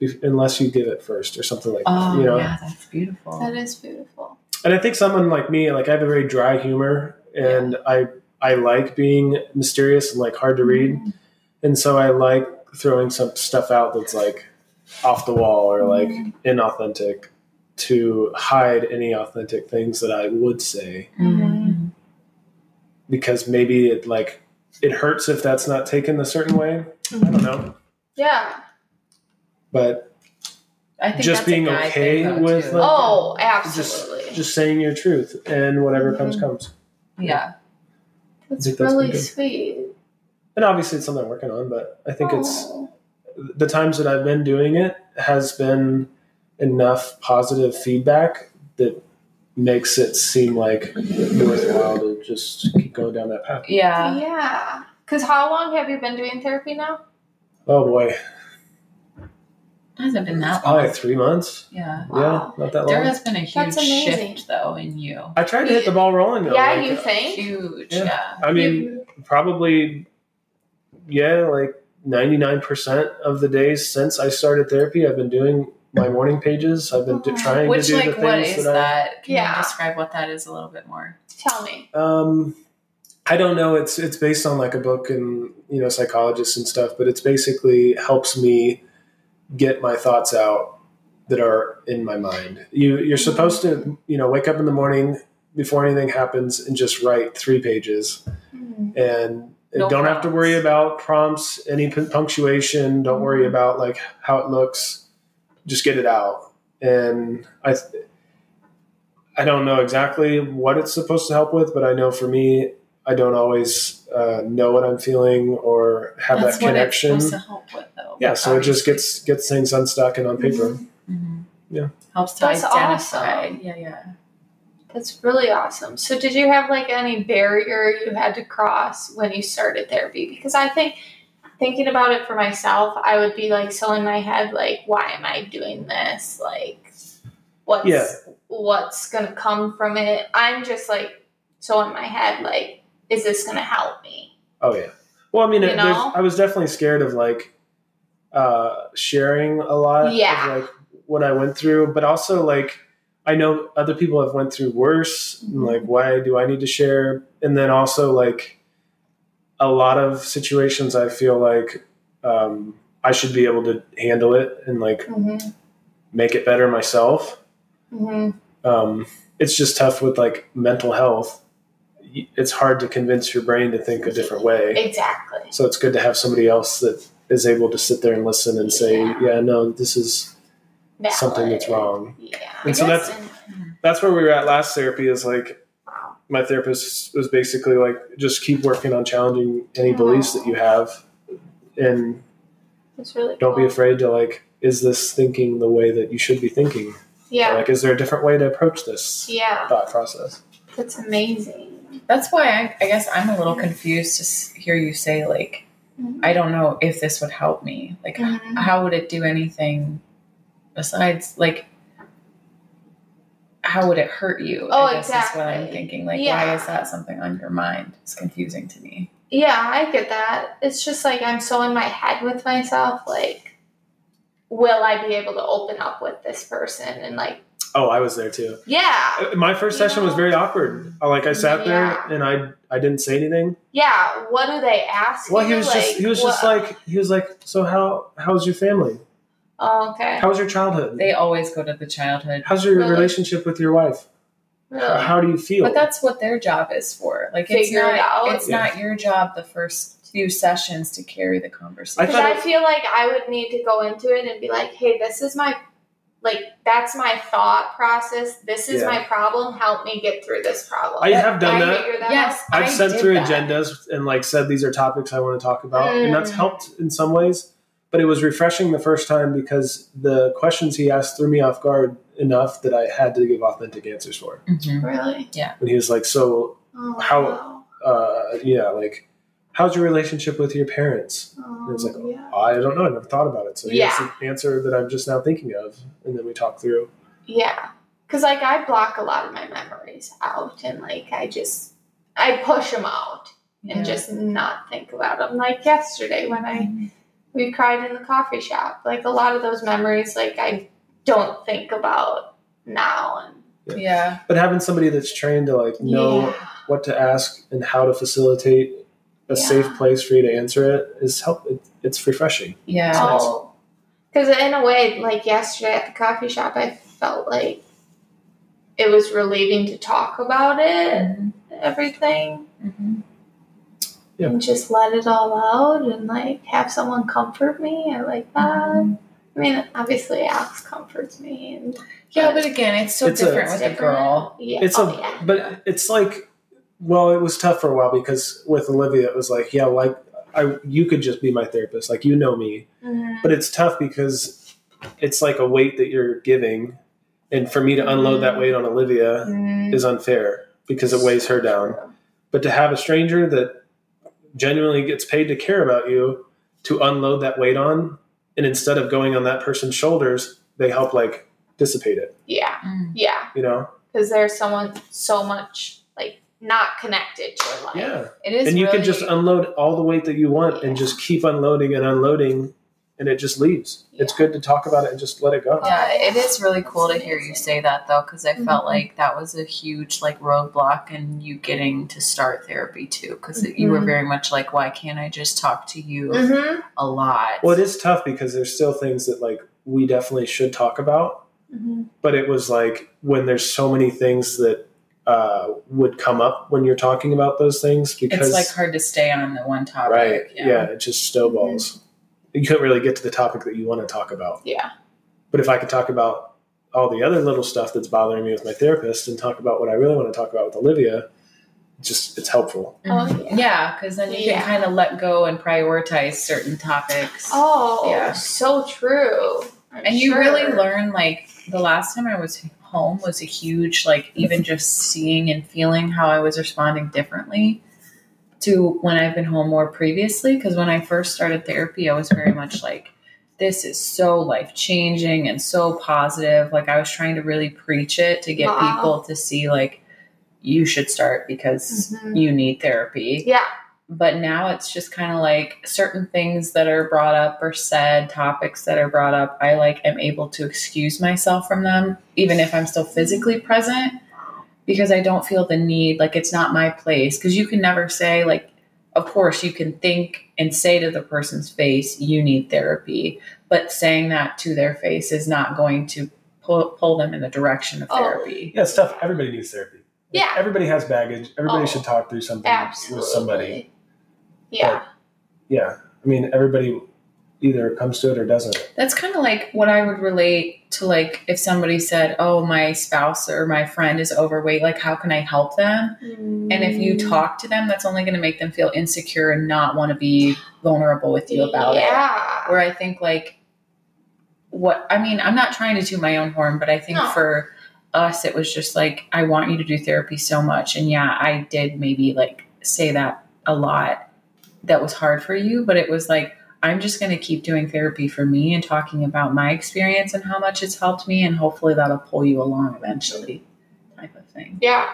S3: if, unless you give it first or something like
S4: Oh
S3: that. You know?
S4: yeah, that's beautiful.
S2: That is beautiful.
S3: And I think someone like me, like I have a very dry humor, and I I like being mysterious and like hard to read, and so I like throwing some stuff out that's like off the wall or like inauthentic to hide any authentic things that I would say
S4: Mhm.
S3: because maybe it like it hurts if that's not taken a certain way. I don't know,
S2: Yeah.
S3: but
S4: I think
S3: Just
S4: that's a
S3: being
S4: guy
S3: okay
S4: thing, though,
S3: with,
S4: too.
S3: like-
S2: Oh,
S3: just
S2: absolutely.
S3: just saying your truth and whatever comes comes.
S4: yeah.
S2: that's
S3: think that's
S2: really
S3: been good.
S2: sweet.
S3: And obviously, it's something I'm working on, but I think it's
S2: Oh.
S3: the times that I've been doing it has been enough positive feedback that makes it seem like worthwhile to just keep going down that path.
S4: Yeah.
S2: yeah. Because how long have you been doing therapy now?
S3: Oh boy,
S4: It hasn't been that long.
S3: probably three months.
S4: Yeah.
S2: Wow.
S3: Yeah, not that
S4: There
S3: long.
S4: has been a huge
S2: That's amazing.
S4: shift though in you.
S3: I tried to hit the ball rolling though.
S2: yeah,
S3: like,
S2: you think?
S4: Huge,
S3: Yeah.
S4: yeah.
S3: I mean,
S2: You-
S3: probably, yeah, like 99% of the days since I started therapy, I've been doing my morning pages. I've been d-
S2: Oh.
S3: trying
S4: Which,
S3: to do the
S4: like,
S3: things
S4: what is
S3: I.
S4: that? Can
S2: Yeah.
S4: you describe what that is a little bit more?
S2: tell me.
S3: Um, I don't know. It's it's based on like a book and you know psychologists and stuff, but it's basically helps me get my thoughts out that are in my mind. You you're supposed to you know wake up in the morning before anything happens and just write three pages and
S4: No
S3: don't have to
S4: prompts. Mm-hmm.
S3: worry about prompts, any pun- punctuation. Don't worry about like how it looks. Just get it out. And I th- I don't know exactly what it's supposed to help with, but I know for me. I don't always uh, know what I'm feeling or have
S4: That's
S3: that
S4: what
S3: connection.
S4: it's supposed to help with, though.
S3: Yeah, so it just
S4: obviously.
S3: gets gets things unstuck and on paper.
S4: Mhm.
S3: Yeah.
S4: helps to
S2: That's
S4: identify.
S2: awesome.
S4: Yeah, yeah.
S2: That's really awesome. So, did you have like any barrier you had to cross when you started therapy? Because I think thinking about it for myself, I would be like so in my head, like, why am I doing this? Like, what's
S3: Yeah.
S2: what's gonna come from it? I'm just like so in my head, like, is this gonna help me?
S3: Oh yeah. Well, I mean,
S2: You
S3: it, there's-
S2: know?
S3: I was definitely scared of like uh, sharing a lot
S2: Yeah.
S3: of like what I went through, but also like I know other people have went through worse. And,
S2: Mhm.
S3: like, why do I need to share? And then also like a lot of situations, I feel like um, I should be able to handle it and like
S2: Mm-hmm.
S3: make it better myself.
S2: Mm-hmm.
S3: um, it's just tough with like mental health. Y- It's hard to convince your brain to think a different way.
S2: Exactly.
S3: So it's good to have somebody else that is able to sit there and listen and say,
S2: Yeah.
S3: "Yeah, no, this is something that's
S2: Valid.
S3: wrong."
S2: Yeah.
S3: And so that's- That's where we were at last therapy. Is like my therapist was basically like, "Just keep working on challenging any beliefs that you have, and
S2: It's really
S3: don't be
S2: cool.
S3: afraid to like, is this thinking the way that you should be thinking? Or,
S2: Yeah.
S3: Like, is there a different way to approach this
S2: Yeah.
S3: thought process?"
S2: That's amazing.
S4: That's why I, I guess I'm a little confused to s- hear you say like,
S2: Mhm.
S4: I don't know if this would help me. Like,
S2: Mhm.
S4: Mm-hmm. how would it do anything besides like? How would it hurt you?
S2: Oh,
S4: I guess is what I'm
S2: exactly.
S4: thinking. Like, why
S2: Yeah.
S4: is that something on your mind? It's confusing to me.
S2: Yeah, I get that. It's just like I'm so in my head with myself. Like, will I be able to open up with this person? And like,
S3: Oh, I was there too. Uh,
S2: yeah,
S3: my first
S2: You
S3: session was
S2: know?
S3: very awkward. I- Like I sat
S2: Yeah.
S3: there and I I didn't say anything.
S2: yeah. What do they ask?
S3: Well, he
S2: you?
S3: was just he was just
S2: what-
S3: like he was like, so how how's your family?
S2: oh, okay.
S3: How's your childhood?
S4: They always go to the childhood,
S3: How's your
S2: Really?
S3: relationship with your wife?
S2: Really?
S3: How do you feel?
S4: but that's what their job is for. Like, it's
S2: Figure
S4: not
S2: it out.
S4: it's not your job the first few sessions to carry the conversation.
S3: I
S2: Because
S3: thought
S2: I,
S3: it-
S2: feel like I would need to go into it and be like, hey, this is my, like, that's my thought process. This is
S3: Yeah.
S2: my problem. Help me get through this problem.
S3: I have done that.
S2: figure that.
S4: yes,
S3: I've
S4: I
S3: sent
S4: did
S3: through
S4: that.
S3: agendas and like said these are topics I want to talk about, and that's
S2: Mm.
S3: helped in some ways. But it was refreshing the first time because the questions he asked threw me off guard enough that I had to give authentic answers for.
S4: Mhm.
S2: Out. Really?
S3: And he was like, "So,
S2: Oh,
S3: How-
S2: wow.
S3: uh, yeah, like, how's your relationship with your parents?
S2: Oh,
S3: It's like,
S2: yeah.
S3: I don't know. I never thought about it. So
S2: Yeah.
S3: here's the answer that I'm just now thinking of, and then we talk through.
S2: Yeah. Cause like I block a lot of my memories out and like I just I push them out
S4: Yeah.
S2: and just not think about them. Like yesterday when I we cried in the coffee shop. Like a lot of those memories like I don't think about now and
S4: yeah.
S3: But having somebody that's trained to like know
S2: yeah.
S3: what to ask and how to facilitate a
S2: Yeah.
S3: safe place for you to answer it is help. It, it's refreshing.
S4: Yeah.
S2: Oh. Cause in a way, like yesterday at the coffee shop I felt like it was relieving to talk about it,
S4: Mm-hmm.
S2: everything.
S3: Yeah.
S2: and just let it all out and like have someone comfort me. I like that.
S3: Mm-hmm.
S2: I mean, obviously, Alex comforts me. And
S4: Yeah, but again, it's so
S3: It's a-
S4: different with a girl.
S2: Yeah.
S3: It's
S2: oh,
S3: a,
S2: yeah.
S3: but it's like, well, it was tough for a while because with Olivia, it was like, yeah, like I, you could just be my therapist. Like you know me,
S2: Mhm.
S3: but it's tough because it's like a weight that you're giving, and for me to unload
S2: Mm-hmm.
S3: that weight on Olivia,
S2: Mhm.
S3: is unfair because it weighs her down. But to have a stranger that genuinely gets paid to care about you to unload that weight on, and instead of going on that person's shoulders, they help like dissipate it,
S2: Yeah,
S4: Mm.
S2: yeah,
S3: you know?
S2: because there's someone so much like not connected to her life.
S3: Yeah.
S4: It is.
S3: and you can
S4: really-
S3: just unload all the weight that you want and just keep unloading and unloading, and it just leaves. It's
S2: Yeah.
S3: good to talk about it and just let it go.
S4: Yeah, it is really cool to hear you say that though, because I felt
S2: Mhm.
S4: like that was a huge like roadblock in you getting to start therapy too, because you were
S2: Mhm.
S4: very much like, why can't I just talk to you
S2: Mm-hmm.
S4: a lot?
S3: Well, it is tough because there's still things that like we definitely should talk about.
S2: Mhm.
S3: But it was like when there's so many things that uh, would come up when you're talking about those things because
S4: it's like hard to stay on the one topic.
S3: right
S4: Yeah.
S3: it just snowballs. You couldn't really get to the topic that you want to talk about.
S2: Mm-hmm. Yeah.
S3: But if I could talk about all the other little stuff that's bothering me with my therapist and talk about what I really want to talk about with Olivia, it's just it's helpful.
S4: Mm-hmm.
S2: Oh, yeah.
S4: yeah, because then you
S2: Yeah.
S4: can kind of let go and prioritize certain topics.
S2: Oh,
S4: Yeah.
S2: so true. I'm
S4: and you
S2: sure.
S4: really learn like the last time I was home was a huge like even just seeing and feeling how I was responding differently to when I've been home more previously because when I first started therapy I was very much like this is so life changing and so positive like I was trying to really preach it to get
S2: Wow.
S4: people to see like you should start because
S2: Mhm.
S4: you need therapy
S2: Yeah.
S4: but now it's just kind of like certain things that are brought up or said topics that are brought up i like am able to excuse myself from them even if i'm still physically present because i don't feel the need like it's not my place because you can never say like of course you can think and say to the person's face you need therapy but saying that to their face is not going to pull, pull them in the direction of
S2: Oh.
S4: therapy
S3: Yeah, it's tough. Everybody needs therapy.
S2: Yeah.
S3: Everybody has baggage. Everybody
S2: Oh,
S3: should talk through something
S2: Absolutely.
S3: with somebody.
S2: Yeah.
S3: Yeah. I mean, everybody either comes to it or doesn't.
S4: That's kind of like what I would relate to like if somebody said, "Oh, my spouse or my friend is overweight, like how can I help them?" And if
S2: Mm.
S4: you talk to them, that's only going to make them feel insecure and not want to be vulnerable with you about it.
S2: yeah.
S4: Where I think like what I mean, I'm not trying to toot my own horn, but I think
S2: No.
S4: for us it was just like I want you to do therapy so much and yeah, I did maybe like say that a lot that was hard for you, but it was like I'm just going to keep doing therapy for me and talking about my experience and how much it's helped me and hopefully that'll pull you along eventually type of thing.
S2: Yeah.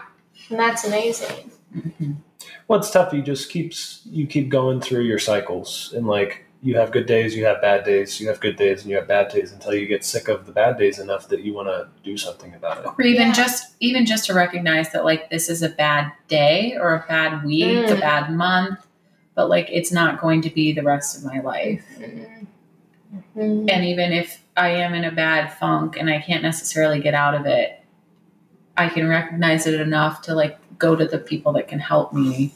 S2: And that's amazing.
S3: Well, it's tough. You just keeps you keep going through your cycles, and like you have good days, you have bad days, you have good days, and you have bad days until you get sick of the bad days enough that you want to do something about it.
S4: or even
S2: Yeah.
S4: just even just to recognize that like this is a bad day or a bad week a
S2: Mm.
S4: bad month but like it's not going to be the rest of my life
S2: Mhm.
S4: and even if i am in a bad funk and i can't necessarily get out of it i can recognize it enough to like go to the people that can help me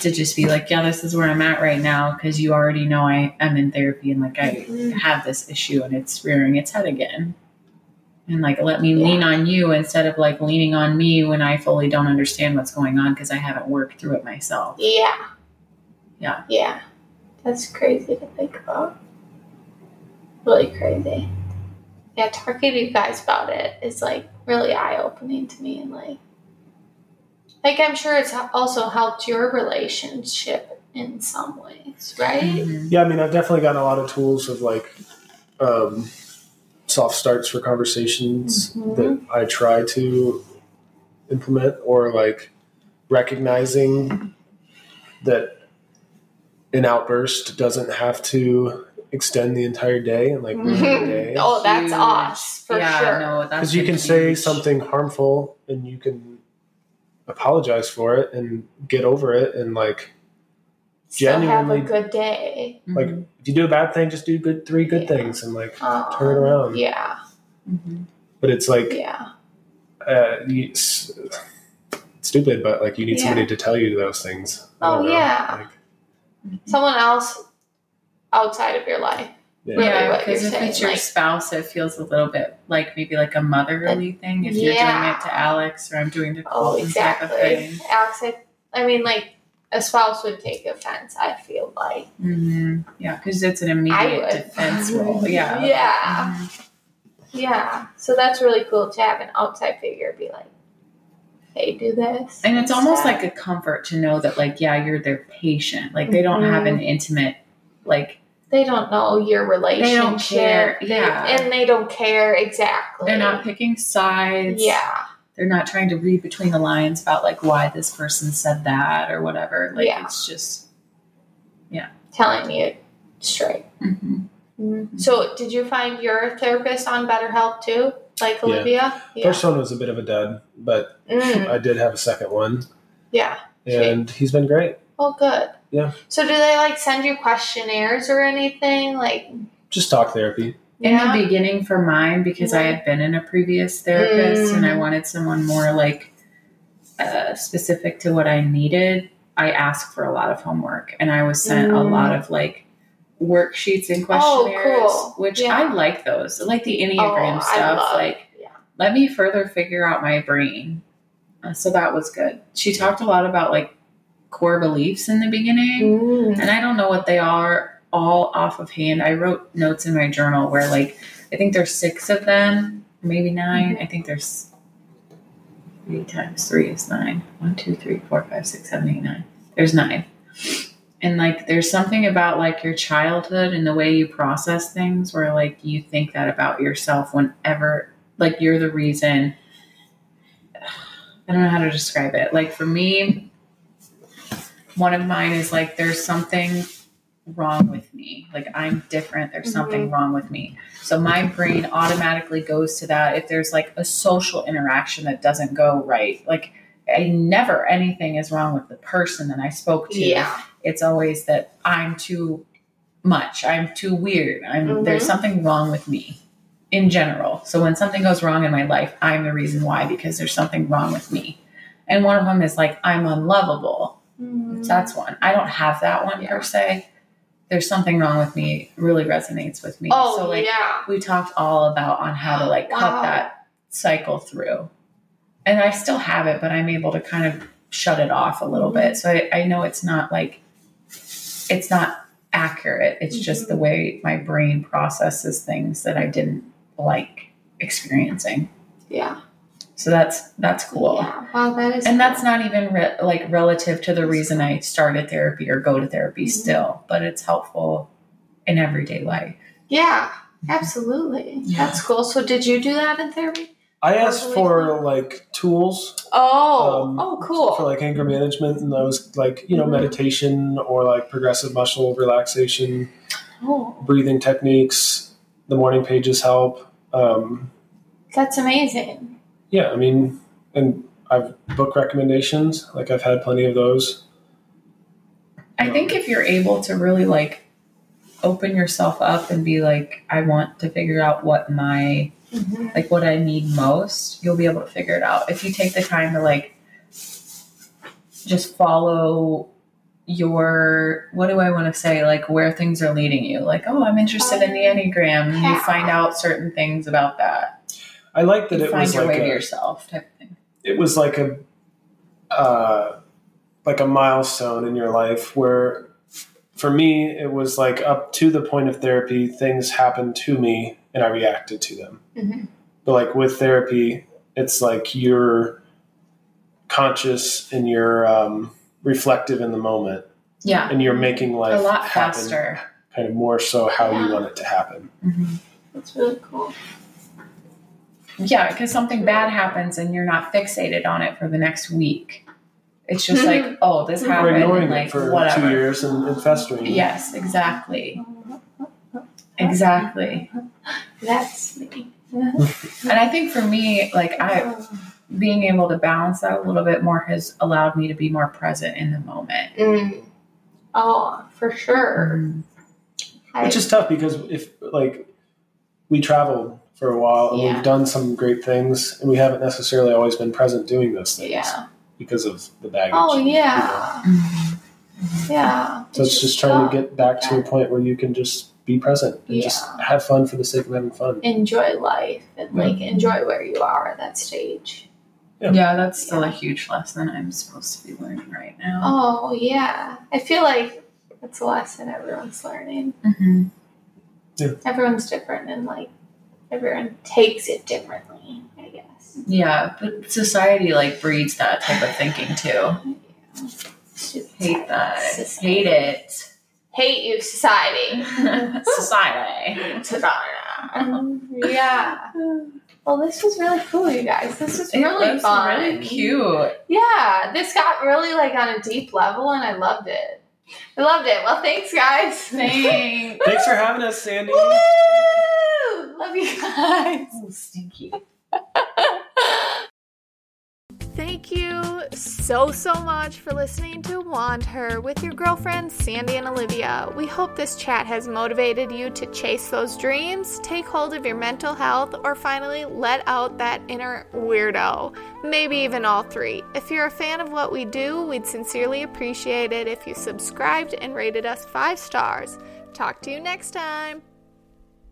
S4: to just be like yeah this is where i'm at right now because you already know i am in therapy and like i
S2: Mhm.
S4: have this issue and it's rearing its head again. And like, let me lean on you instead of like leaning on me when I fully don't understand what's going on because I haven't worked through it myself.
S2: Yeah.
S4: Yeah.
S2: Yeah. That's crazy to think about. Really crazy. Yeah, talking to you guys about it is like really eye opening to me and like like I'm sure it's also helped your relationship in some ways, right?
S4: Mm-hmm.
S3: Yeah, I mean, I've definitely gotten a lot of tools of like um, soft starts for conversations
S2: Mhm.
S3: that I try to implement, or like recognizing that an outburst doesn't have to extend the entire day and like ruin your
S2: Mhm.
S3: day.
S2: Oh, that's
S4: Huge.
S2: us for
S4: yeah,
S2: sure.
S4: no, that's
S3: because you
S4: been
S3: can say
S4: huge.
S3: something harmful and you can apologize for it and get over it and like
S2: Still
S3: Genuinely-
S2: have a good day.
S4: Mhm.
S3: like if you do a bad thing just do good three good
S2: Yeah.
S3: things and like
S2: Um,
S3: Turn it around.
S2: Yeah,
S4: Mhm.
S3: but it's like
S2: yeah,
S3: uh, you, s- stupid but like you need
S2: Yeah.
S3: somebody to tell you those things I
S2: Oh,
S3: don't know.
S2: yeah.
S3: Like,
S4: mm-hmm.
S2: someone else outside of your life.
S3: yeah.
S2: Really
S4: yeah,
S2: what
S4: because
S2: you're
S4: if it's
S2: saying,
S4: your
S2: like-
S4: spouse, it feels a little bit like maybe like a motherly thing. If you're doing
S2: Yeah.
S4: it to Alex or I'm doing it to
S2: Oh,
S4: Colton type of
S2: exactly.
S4: thing.
S2: Alex, I, I mean, like a spouse would take offense. I feel like
S4: hmm Yeah, because it's an immediate
S2: would.
S4: defense role. Yeah.
S2: Yeah.
S4: Mhm.
S2: Yeah. So that's really cool to have an outside figure be like, hey, do this.
S4: And it's almost
S2: that.
S4: like a comfort to know that, like, yeah, you're their patient. Like, they don't have an
S2: Mm-hmm.
S4: intimate, like,
S2: they don't know your relationship.
S4: care,
S2: They-
S4: yeah.
S2: And they don't care exactly.
S4: they're not picking sides.
S2: Yeah.
S4: They're not trying to read between the lines about, like, why this person said that or whatever. Like,
S2: Yeah.
S4: it's just,
S2: Telling you straight.
S4: mhm.
S2: So did you find your therapist on BetterHelp too? Like Olivia? Yeah.
S3: first one was a bit of a dud but
S2: Mm,
S3: I did have a second one
S2: yeah.
S3: and he's been great
S2: Oh, good.
S3: Yeah.
S2: So do they like send you questionnaires or anything? Like,
S3: just talk therapy
S2: Yeah.
S4: in the beginning for mine because I had been in a previous therapist
S2: Mm.
S4: and I wanted someone more like uh, specific to what I needed. I asked for a lot of homework and I was sent a
S2: Mm.
S4: lot of like worksheets and
S2: Oh,
S4: questionnaires,
S2: cool.
S4: which
S2: Yeah.
S4: I like those, like the Enneagram
S2: Oh, I
S4: stuff.
S2: love-
S4: like,
S2: yeah.
S4: let me further figure out my brain. Uh, so that was good. She talked a lot about like core beliefs in the beginning
S2: Mm.
S4: and I don't know what they are all off of hand. I wrote notes in my journal where like I think there's six of them, maybe 9 I think there's three times three is nine. One, two, three, four, five, six, seven, eight, nine. There's nine. And like there's something about like your childhood and the way you process things where like you think that about yourself whenever like you're the reason I don't know how to describe it. Like for me, one of mine is like there's something wrong with me like i'm different there's something wrong with me so my brain automatically goes to that if there's like a social interaction that doesn't go right like i never anything is wrong with the person that i spoke to
S2: Yeah.
S4: it's always that i'm too much i'm too weird i'm
S2: Mhm.
S4: there's something wrong with me in general so when something goes wrong in my life i'm the reason why because there's something wrong with me and one of them is like i'm unlovable
S2: Mm-hmm.
S4: so That's one. I don't have that one per se. There's something wrong with me. Really resonates with me.
S2: oh
S4: so like
S2: yeah.
S4: we talked all about on how to like cut
S2: Wow.
S4: that cycle through. And I still have it, but I'm able to kind of shut it off a little bit. So I, I know it's not like it's not accurate. It's just
S2: Mm-hmm.
S4: the way my brain processes things that I didn't like experiencing.
S2: Yeah.
S4: So that's that's cool.
S2: yeah. Wow, that is
S4: And that's not even re- like relative to the reason I started therapy or go to therapy
S2: Mhm.
S4: still, but it's helpful in everyday life.
S2: Yeah, absolutely.
S4: Yeah.
S2: That's cool. So did you do that in therapy?
S3: I asked for like tools
S2: Oh,
S3: Um,
S2: oh
S3: for
S2: cool.
S3: like anger management, and I was like, you know,
S2: Mhm.
S4: Mm-hmm.
S3: meditation or like progressive muscle relaxation,
S2: Oh,
S3: breathing techniques. The morning pages help. Um,
S2: that's amazing.
S3: yeah, I mean, and I've book recommendations. Like I've had plenty of those.
S4: I think if you're able to really like open yourself up and be like, I want to figure out what my like what I need most, you'll be able to figure it out. If you take the time to like just follow your what do I want to say, like where things are leading you. Like, oh, I'm interested in the Enneagram. and You find out certain things about that.
S3: I like that
S4: you
S3: it
S4: find
S3: was
S4: your
S3: like
S4: way to
S3: a,
S4: yourself type of thing.
S3: it was like a uh, like a milestone in your life where for me it was like up to the point of therapy things happened to me and i reacted to them
S4: Mm-hmm.
S2: Mhm.
S3: but like with therapy it's like you're conscious and you're um, reflective in the moment
S4: Yeah.
S3: and you're making life
S4: A lot
S3: happen
S4: faster.
S3: kind of more so how
S2: Yeah.
S3: you want it to happen
S4: Mhm.
S2: That's really cool.
S4: Yeah, because something bad happens and you're not fixated on it for the next week. It's just like, oh, this
S3: we're
S4: happened.
S3: ignoring
S4: like
S3: it for
S4: whatever.
S3: two years and, and festering
S4: Yes, exactly. Exactly.
S2: That's me.
S4: And I think for me, like I being able to balance that a little bit more has allowed me to be more present in the moment.
S2: Mm. Oh, for sure. I,
S3: Which is tough because if like we traveled for a while and
S2: Yeah.
S3: we've done some great things and we haven't necessarily always been present doing those things
S2: yeah.
S3: because of the baggage.
S2: Oh yeah.
S4: Mhm.
S2: Yeah.
S3: Mm-hmm. So it's just trying to
S2: tough.
S3: get back to a point where you can just be present and just
S2: Yeah.
S3: have fun for the sake of having fun.
S2: enjoy life and like
S3: Mm.
S2: enjoy where you are at that stage.
S4: Yeah, that's still a huge lesson I'm supposed to be learning right now.
S2: Oh yeah. I feel like it's a lesson everyone's learning.
S4: Mhm.
S2: everyone's different and like everyone takes it differently i guess
S4: Yeah, but society like breeds that type of thinking too.
S2: Stupid
S4: Hate that.
S2: Society.
S4: Hate it.
S2: hate you society
S4: society.
S2: Um, yeah well this was really cool you guys this was
S4: It
S2: really
S4: was
S2: fun
S4: Really cute.
S2: yeah this got really like on a deep level and i loved it i loved it well thanks guys
S4: Thanks.
S3: Thanks for having us, Sandy.
S2: Woo! love you guys
S4: Ooh, stinky.
S2: Thank you you so, so much for listening to Wand Her with your girlfriends Sandy and Olivia. We hope this chat has motivated you to chase those dreams, take hold of your mental health, or finally let out that inner weirdo. Maybe even all three. If you're a fan of what we do, we'd sincerely appreciate it if you subscribed and rated us five stars. Talk to you next time.